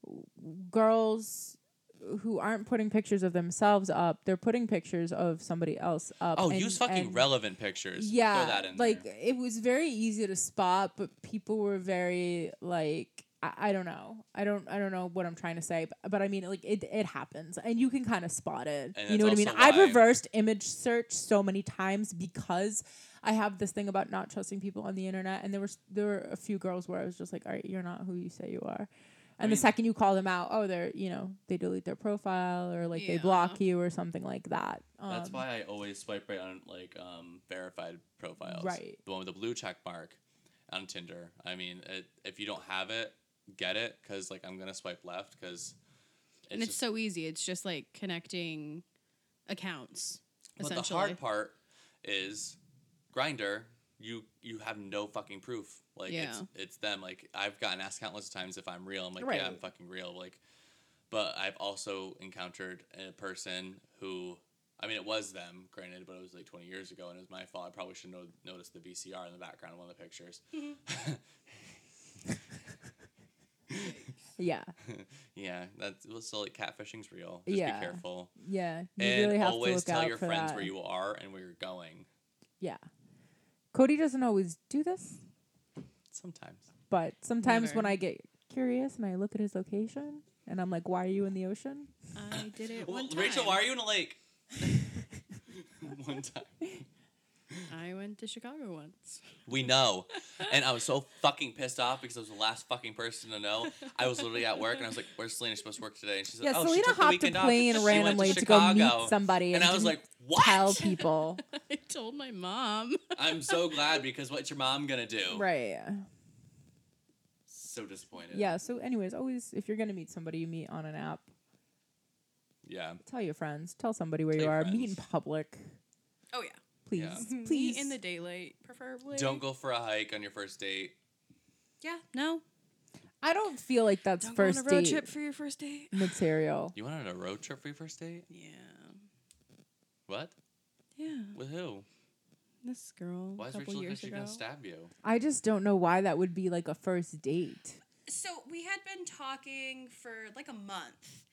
w- girls who aren't putting pictures of themselves up, they're putting pictures of somebody else up. Oh, and- use fucking and- relevant pictures. Yeah, Throw that in like there. it was very easy to spot, but people were very like. I I don't know. I don't. I don't know what I'm trying to say, but, but I mean, like it. It happens, and you can kind of spot it. And you know what I that's mean. also I've why- reversed image search so many times because I have this thing about not trusting people on the internet. And there were s- there were a few girls where I was just like, all right, you're not who you say you are. And the mean- second you call them out, oh, they're you know they delete their profile or like they block you or something like that. Um, That's why I always swipe right on like um, verified profiles. Right. The one with the blue check mark on Tinder. I mean, it, if you don't have it, get it because like I'm gonna swipe left because and it's so easy. It's just like connecting accounts. But the Essentially, hard part is grinder. You you have no fucking proof. Like it's it's them. Like I've gotten asked countless times if I'm real. I'm like yeah, I'm Right. fucking real. Like, but I've also encountered a person who. I mean, it was them, granted, but it was like 20 years ago, and it was my fault. I probably should have noticed the VCR in the background of one of the pictures. yeah, yeah, that's well, so like catfishing's real. Just Yeah. be careful. yeah. You and really have to always look tell out your for friends that. where you are and where you're going. Yeah. Cody doesn't always do this, Sometimes. but sometimes Never. when I get curious and I look at his location and I'm like, why are you in the ocean? I did it Well, one time. Rachel, why are you in a *laughs* lake? one time. I went to Chicago once. *laughs* We know. And I was so fucking pissed off because I was the last fucking person to know. I was literally at work and I was like, Where's Selena? She's supposed to work today. And she's like, yeah, Oh, she Selena took the hopped a weekend off. She plane went randomly to, go Chicago." meet somebody, And I was didn't like, What? tell *laughs* people, I told my mom. I'm so glad because what's your mom gonna do? right? So disappointed. Yeah. So, anyways, always if you're gonna meet somebody you meet on an app, Yeah. tell your friends, tell somebody where Tell you your are, meet in friends. public, *laughs* Oh yeah. please, Yeah. please. Meet in the daylight, preferably. Don't go for a hike on your first date. Yeah, no. I don't feel like that's Don't first go on a road date trip for your first date. material. You went on a road trip for your first date? Yeah. What? Yeah. With who? This girl. Why is a Rachel couple looking years at you ago. gonna stab you? I just don't know why that would be like a first date. so we had been talking for like a month,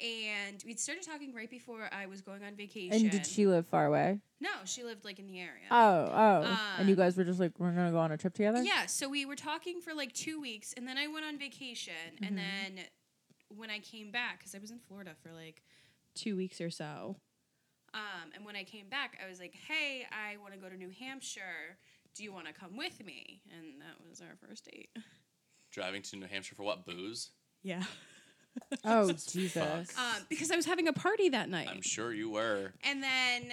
and we'd started talking right before I was going on vacation. And did she live far away? No, she lived like in the area. Oh, oh. and you Um, guys were just like, we're gonna go on a trip together. Yeah, so we were talking for like two weeks, and then I went on vacation, and then when I came back, because I was in Florida for like two weeks or so, um, and when I came back, I was like, "Hey, I want to go to New Hampshire. Do you want to come with me?" And that was our first date. Driving to New Hampshire for what? Booze? Yeah, *laughs* Oh Jesus Jesus. fuck. um, *laughs* because I was having a party that night, I'm sure you were. and then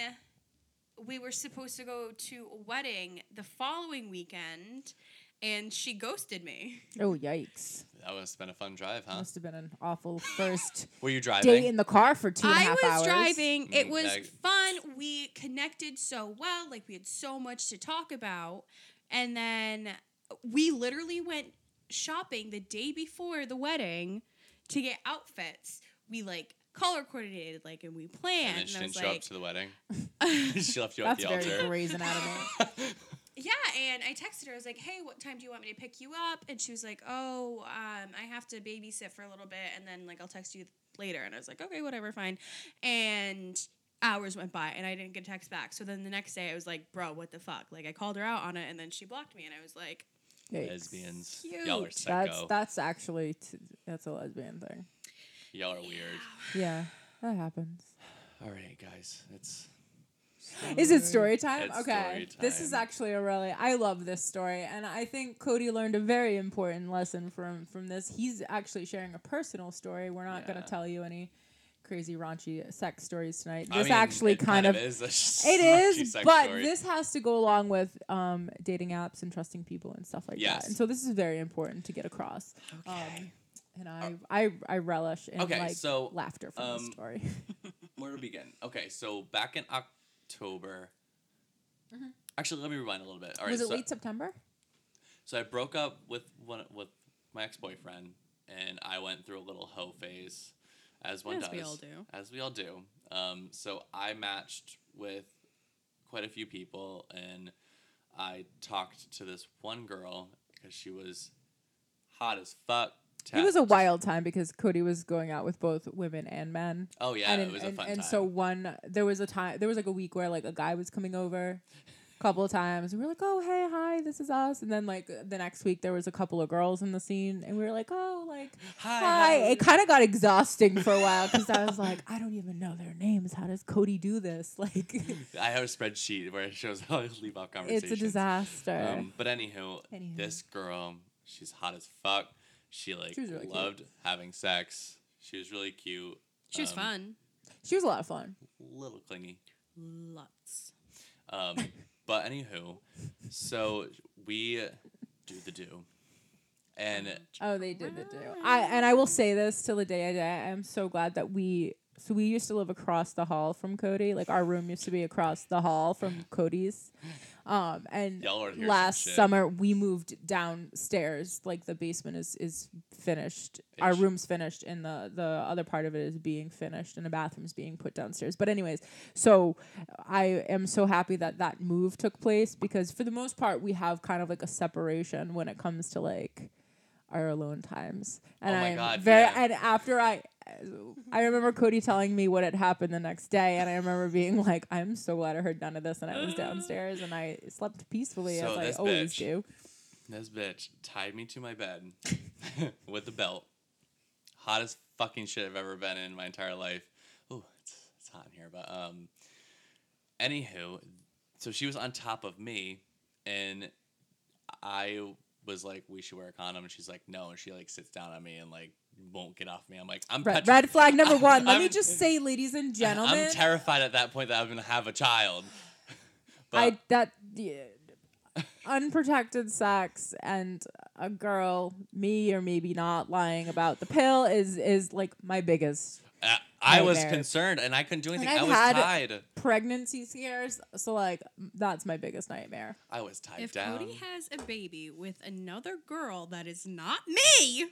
we were supposed to go to a wedding the following weekend, and she ghosted me. Oh yikes! That must have been a fun drive, huh? Must have been an *laughs* awful first Were you driving? date in the car for two and a half I was hours. driving. It Mm, was that- fun. We connected so well. Like we had so much to talk about. And then we literally went shopping the day before the wedding to get outfits. We like color coordinated, like, and we and then planned. And, she I was didn't show up like, to the *laughs* wedding. *laughs* she left you at That's the very altar. brazen out of me. *laughs* Yeah, and I texted her. I was like, "Hey, what time do you want me to pick you up?" And she was like, "Oh, um, I have to babysit for a little bit, and then like I'll text you later." And I was like, "Okay, whatever, fine." And hours went by, and I didn't get a text back. So then the next day, I was like, "Bro, what the fuck?" Like I called her out on it, and then she blocked me, and I was like, Yikes. Lesbians. Y'all are Cute. psycho. That's that's actually t- that's a lesbian thing. Y'all are weird. Yeah, that happens. All right, guys. It's Is it story time? It's okay. story This is time. actually a really I love this story and I think Cody learned a very important lesson from from this. He's actually sharing a personal story. We're not going Yeah. to tell you any crazy raunchy sex stories tonight. This I mean, actually it kind of, is. a *laughs* *laughs* it raunchy is, sex but story. this has to go along with um, dating apps and trusting people and stuff like that. Yes. And so this is very important to get across. Um, and I, I I relish in Uh, Okay, like so, laughter from this um, story. Where to begin? Okay, so back in October. Actually, let me rewind a little bit. All right, Mm-hmm. Was it so, late September? so I broke up with one with my ex boyfriend, and I went through a little hoe phase, as one As does, we all do. as we all do. Um, so I matched with quite a few people, and I talked to this one girl because she was hot as fuck. tap. It was a wild time because Cody was going out with both women and men. Oh yeah, and it was and, a fun and time. so one there was a time there was like a week where like a guy was coming over a couple of times and we were like, Oh hey, hi, this is us and then like the next week there was a couple of girls in the scene and we were like, Oh, like Hi, hi. hi. It kinda got exhausting for a while because I was like, I don't even know their names. How does Cody do this? *laughs* *laughs* Like I have a spreadsheet where it shows how I leave off conversations. it's a disaster. Um, but anywho, Anywho. this girl, she's hot as fuck. She like She was really cute. loved having sex. She was really cute. She was um, fun. she was a lot of fun. Little clingy. Lots. Um, but anywho, so we do the do, and Oh, they did the do. I and I will say this till the day I die. I'm so glad that we. So we used to live across the hall from Cody. Like our room used to be across the hall from Cody's. Um, and Y'all are here. last shit. summer we moved downstairs. Like the basement is is finished. Our Finished. room's finished, and the the other part of it is being finished, and the bathroom's being put downstairs. But anyways, so I am so happy that that move took place because for the most part we have kind of like a separation when it comes to like our alone times. And Oh my I'm God, very yeah. and after I I remember Cody telling me what had happened the next day and I remember being like, I'm so glad I heard none of this and I was downstairs and I slept peacefully So as this I always bitch- do. This bitch tied me to my bed *laughs* with a belt. Hottest fucking shit I've ever been in my entire life. Ooh, it's, it's hot in here, but um, anywho, so she was on top of me, and I was like, we should wear a condom, and she's like, no, and she like sits down on me and like won't get off me. I'm like, I'm Red, petri- red flag number one. Let me I'm- just say, ladies and gentlemen, I'm terrified at that point that I'm gonna have a *laughs* child. but I that yeah, unprotected sex and a girl, me or maybe not lying about the pill is is like my biggest I, uh, I was Nightmares. concerned and I couldn't do anything. I I've was had- tied. pregnancy scares. So like that's my biggest nightmare. I was tied If down. Cody has a baby with another girl that is not me,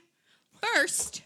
first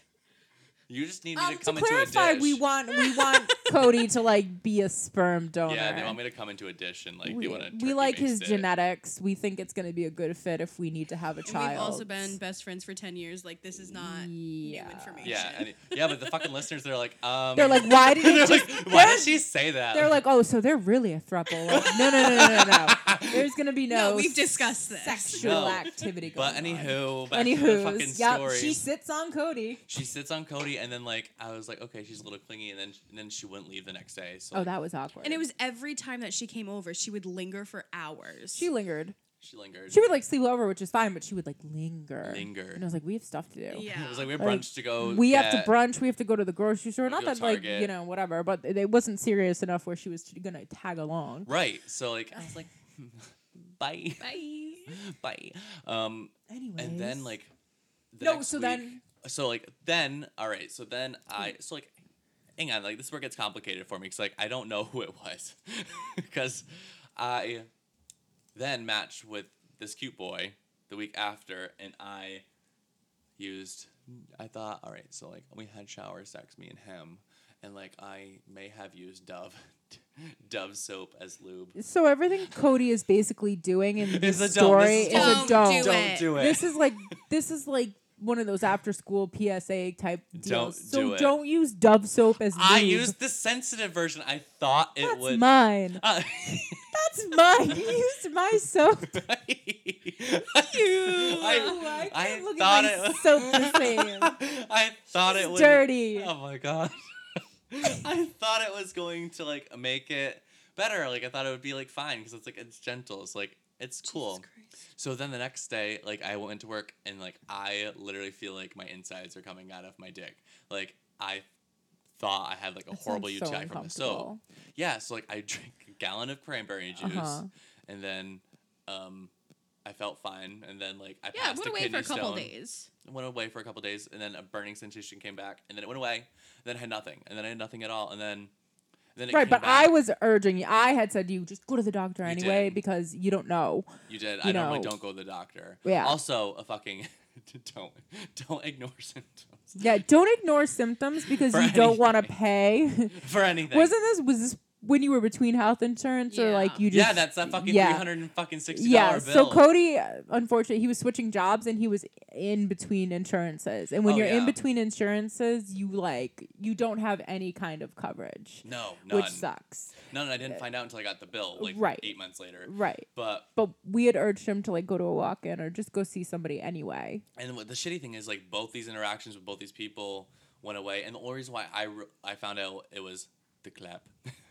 You just need me to Um, come to into clarify, a dish. we want we *laughs* want Cody to like be a sperm donor. yeah, they want me to come into a dish and like we, they want to. we like his genetics. We think it's going to be a good fit if we need to have a child. We've also been best friends for 10 years. Like, this is not Yeah. new information. Yeah, and, yeah, but the fucking listeners, they're like, um, They're like, why did they're you like, *laughs* just, why they're- did she say that? They're like, oh, so they're really a throuple. Like, no, no, no, no, no, *laughs* no. There's gonna be no. no, we've discussed this. sexual No. activity. *laughs* Going but anywho, on. back to the fucking Yep, story. she sits on Cody. she sits on Cody, and then like, I was like, okay, she's a little clingy, and then and then she wouldn't leave the next day. So Oh, like, that was awkward. And it was every time that she came over, she would linger for hours. she lingered. she lingered. *laughs* She would like sleep over, which is fine, but she would like linger. Linger. And I was like, we have stuff to do. yeah. It was like we have Like, brunch to go. We have get. to brunch. We have to go to the grocery store. We'll Not go that, like, Target. you know, whatever, but it- it wasn't serious enough where she was going to tag along. Right. So like, I was *laughs* like, *laughs* bye, Bye. *laughs* bye. Um, Anyways. and then like the No, next so week- then- so like then all right so then i so like hang on like this is where it gets complicated for me because like i don't know *laughs* who it was because i then matched with this cute boy the week after and i used i thought all right so like we had shower sex me and him and like i may have used dove *laughs* dove soap as lube So everything Cody is basically doing in It's this a don't. story *laughs* This is is a don't. don't. Do don't it. do it This is like this is like one of those after school PSA type deals. Don't so do it. don't use Dove soap as i lube. used the sensitive version i thought it *laughs* That's would mine. *laughs* Uh, That's mine. *laughs* You used my soap. I, Ooh, I, I can't look thought at my it- soap the same. *laughs* I thought it It's was dirty. Oh my god! *laughs* I thought it was going to like make it better. Like I thought it would be like fine because it's like it's gentle. It's like it's cool. So then the next day, like I went to work and like I literally feel like my insides are coming out of my dick. Like I thought I had like a That horrible sounds so UTI from the soap. uncomfortable. Yeah, so like I *laughs* drank a gallon of cranberry juice, Uh-huh. and then um, I felt fine, and then like I Yeah, it passed went a away kidney for a couple stone. days. It went away for a couple days, and then a burning sensation came back, and then it went away. And then I had nothing, and then I had nothing at all, and then and then it Right, came but I back. was urging you. I had said you just go to the doctor anyway did. because you don't know. You did. you I normally know. don't go to the doctor. Yeah. Also, a fucking *laughs* don't don't ignore symptoms *laughs* Yeah, don't ignore symptoms because For you don't want *laughs* to anything. pay. for anything. Wasn't this was this when you were between health insurance or like Yeah. you just yeah, that's that fucking three hundred and fucking sixty yeah. dollar So bill. Cody, uh, unfortunately, he was switching jobs and he was in between insurances. And when Oh, you're in yeah. between insurances, you like you don't have any kind of coverage, no, none. which sucks. None. I didn't find out until I got the bill, like Right. eight months later. Right. But But we had urged him to like go to a walk-in or just go see somebody anyway. and what the shitty thing is, like both these interactions with both these people went away, and the only reason why I re- I found out it was the clap *laughs*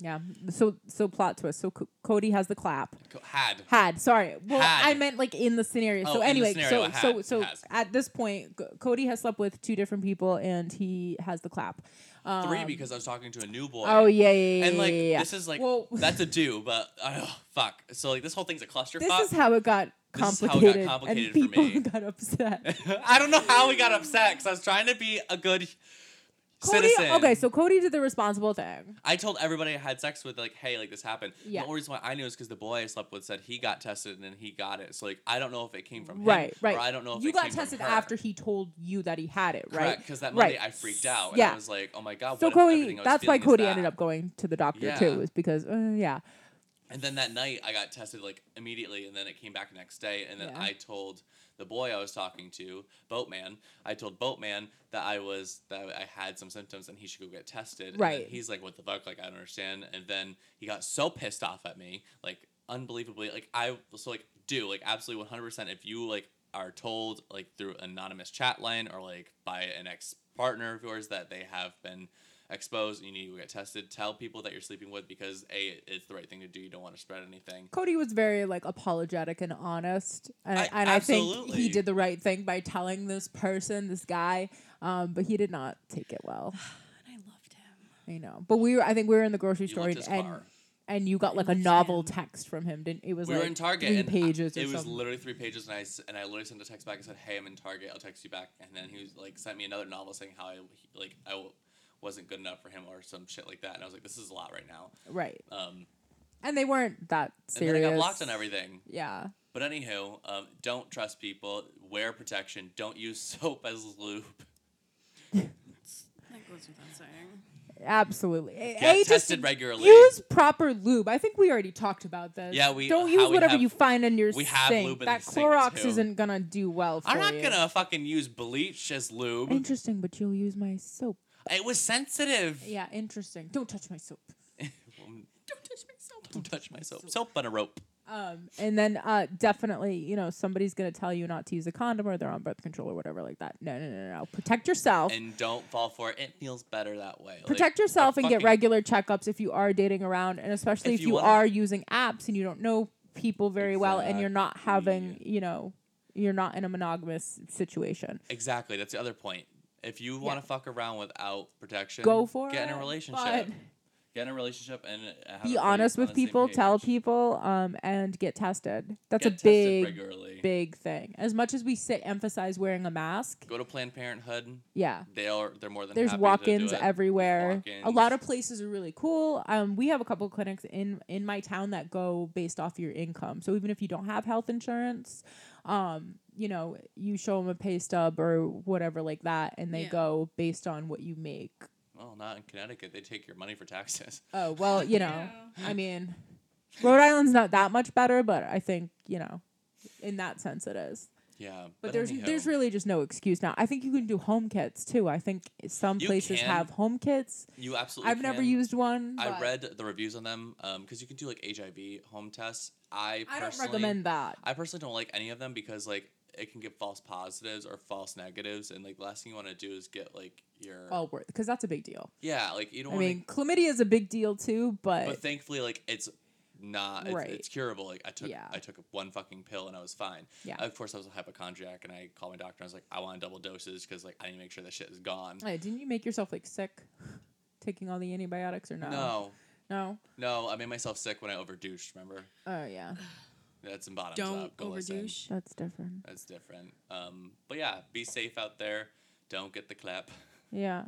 Yeah. So so plot twist. So Co- Cody has the clap. Co- had Had sorry. Well, Had. I meant like in the scenario. Oh, so in the anyway, scenario, so so had, so has. at this point, C- Cody has slept with two different people and he has the clap. Um, three because I was talking to a new boy. Oh yeah, yeah, yeah. And like yeah, yeah. this is like Well- that's a do, but oh, fuck. So like this whole thing's a clusterfuck. This is how it got This is how it got complicated, complicated for and people me. *laughs* *laughs* got upset. I don't know how we got upset because I was trying to be a good Cody, citizen. okay, so Cody did the responsible thing. I told everybody I had sex with, like, hey, like this happened. Yeah. The only reason why I knew is because the boy I slept with said he got tested and then he got it. So like, I don't know if it came from him. Right, right. Or I don't know if you it got came from tested her. after he told you that he had it, right? Correct, because that Right. Monday I freaked out and Yeah. I was like, oh my god. So what if Cody, everything I was that's why feeling is Cody that? ended up going to the doctor Yeah. too, is because uh, yeah, And then that night I got tested like immediately and then it came back the next day and then Yeah. I told the boy I was talking to, Boatman, I told Boatman that I was that I had some symptoms and he should go get tested. And then Right. he's like, What the fuck? Like I don't understand. And then he got so pissed off at me, like unbelievably like I so like do, like absolutely one hundred percent if you like are told like through anonymous chat line or like by an ex partner of yours that they have been exposed and you need to get tested tell people that you're sleeping with because a it's the right thing to do you don't want to spread anything Cody was very like apologetic and honest, and I- and I think absolutely. he did the right thing by telling this person, this guy, um, but he did not take it well. And I loved *laughs* him. You know, but we were, I think we were in the grocery you store, left and, his and car and you got like a Understand. novel text from him. Didn't it was we like were in target three and I- pages. or it was something. literally three pages and i s- and i literally sent a text back and said hey i'm in target i'll text you back and then he was like sent me another novel saying how i he- like i w- wasn't good enough for him or some shit like that and i was like this is a lot right now right, um and they weren't that serious. and then i got blocked on everything Yeah, but anywho um don't trust people wear protection don't use *laughs* soap as lube That goes without saying. absolutely. get A, just tested regularly Use proper lube. I think we already talked about this. Yeah, we- don't how use we whatever have- you find in your we have sink. lube in that the sink, Clorox too. isn't gonna do well for I'm not you. gonna fucking use bleach as lube. Interesting, but you'll use my soap. It was sensitive. Yeah, interesting. Don't touch my soap. Don't touch me so Don't touch my soap. Soap on a rope. Um, and then uh, definitely, you know, somebody's gonna tell you not to use a condom or they're on birth control or whatever like that. No, no, no, no. Protect yourself. And don't fall for it. It feels better that way. Like, protect yourself a and get fucking- regular checkups if you are dating around and especially If if, you you, wanna- are using apps and you don't know people very well and you're not having Exactly. you know you're not in a monogamous situation Exactly. That's the other point. If you want to fuck around without protection, go for get it in a relationship. but Get in a relationship and uh, have be everybody honest on with the same people page. tell people um, and get tested that's Get a tested big regularly. big thing as much as we sit emphasize wearing a mask Go to Planned Parenthood. yeah They are. They're more than. there's happy to do walk-ins it. everywhere. A walk-ins. lot of places are really cool. Um, we have a couple clinics in in my town that go based off your income. So even if you don't have health insurance, um, you know, you show them a pay stub or whatever like that, and they Yeah. go based on what you make. Well, not in Connecticut. They take your money for taxes. *laughs* Oh well, you *laughs* know, I mean, Rhode Island's not that much better, but I think you know, in that sense, it is. Yeah. But, there's anywho, there's really just no excuse now. I think you can do home kits too. I think some You places can. have home kits. you absolutely. I've never can. used one. I but- read the reviews on them because you can do like HIV home tests. I I don't personally- recommend that. I personally don't like any of them because like it can give false positives or false negatives, and like the last thing you want to do is get like your Oh, because that's a big deal. yeah, like you don't I want. mean, chlamydia is a big deal too, but, but thankfully, like it's not it's, Right. it's curable. Like I took Yeah. I took one fucking pill and I was fine. Yeah. Of course, I was a hypochondriac, and I called my doctor. and I was like, I want double doses because like I need to make sure that shit is gone. Hey, didn't you make yourself like sick taking all the antibiotics or no? No, No. no, I made myself sick when I overdouched. Remember? Oh yeah, That's in bottoms Don't up. Go listen. overdouche. that's different. That's different. Um, but yeah, be safe out there. Don't get the clap. *laughs* Yeah,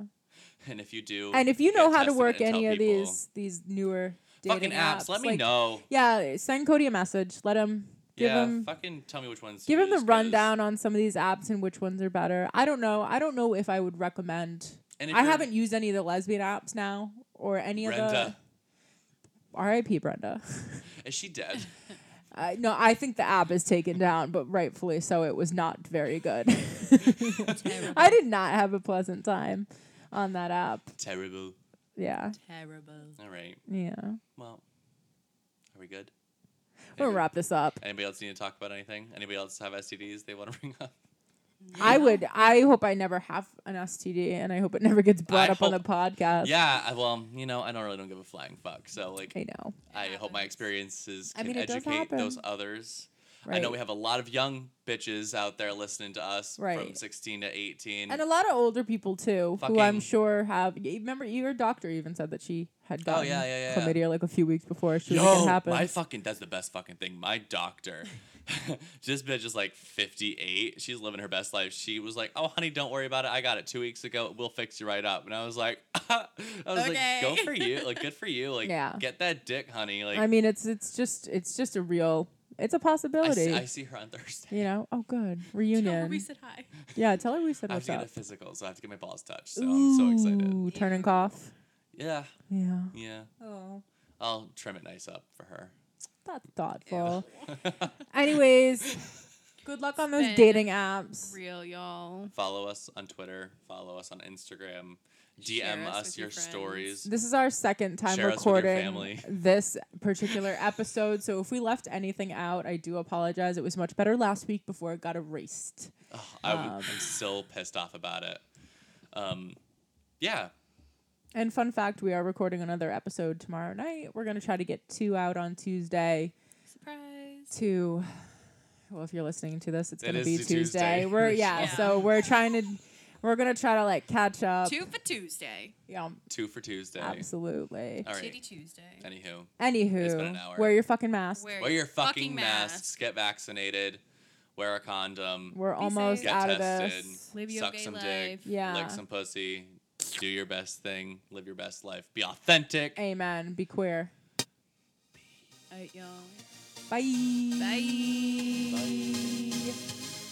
And if you do, and if you get know how to tested work and tell any of people. these these newer fucking dating apps, let me like- know. Yeah, send Cody a message. Let him give yeah, him fucking tell me which ones. give you him the use, 'cause- rundown on some of these apps and which ones are better. I don't know. I don't know if I would recommend. And if I you're haven't used any of the lesbian apps now or any of the. Brenda. R.I.P. Brenda. Is she dead? *laughs* Uh, no, I think the app is taken down, but rightfully so. It was not very good. *laughs* I did not have a pleasant time on that app. Terrible. Yeah, Terrible. All right. yeah. Well, are we good? We'll Anybody- wrap this up. Anybody else need to talk about anything? Anybody else have STDs they want to *laughs* bring up? I would. I hope I never have an STD, and I hope it never gets brought I up on the hope- podcast. Yeah. I, well, you know, I don't really don't give a flying fuck. So like, I know. I hope my happens. experiences I can mean, it does educate those happen. others. Right. I know we have a lot of young bitches out there listening to us from Right. 16 to 18. and a lot of older people too, who I'm Fucking- sure have. y- Remember, your doctor even said that she had Oh, gotten yeah, yeah, yeah. chlamydia like a few weeks before. She was like, Yo, it happened. my fucking that's the best fucking thing. My doctor, *laughs* this bitch is like 58. She's living her best life. She was like, "Oh, honey, don't worry about it. I got it two weeks ago. We'll fix you right up." And I was like, *laughs* I was Okay. like, "Go for *laughs* you. Like, good for you. Like, Yeah. get that dick, honey. Like, I mean, it's it's just it's just a real. It's a I possibility. see, I see her on Thursday. you know. Oh, good reunion. said hi. yeah, tell her we said I have what's to get a up. physical, so I have to get my balls touched. So I'm so excited. Ooh, turn and cough. Yeah, Yeah. yeah. Oh, I'll trim it nice up for her. that's *laughs* thoughtful. Anyways, good luck on those dating apps. Real, y'all. Follow us on Twitter. Follow us on Instagram. Share DM us us, with your, your friends. stories. This is our second time Share us with your recording family. this particular episode, so if we left anything out, I do apologize. It was much better last week before it got erased. Ugh, *sighs* I w- Um, I'm still pissed off about it. Um, yeah, And fun fact, we are recording another episode tomorrow night. We're going to try to get two out on Tuesday Surprise. to well, if you're listening to this, it's It going to is be to Tuesday. Tuesday. *laughs* We're yeah, Yeah. so we're trying to we're going to try to like catch up. Two for Tuesday. Yeah, two for Tuesday. absolutely. All right. Shitty Tuesday. Anywho, Anywho, It's been an hour. wear your fucking mask. Wear, wear your fucking, masks. Get vaccinated. Wear a condom. We're Be almost safe. get out of tested. this. Live your suck gay some life. dick. Yeah. Lick some pussy. Do your best thing. Live your best life. Be authentic. Amen. Be queer. Alright, y'all. Bye. Bye. Bye.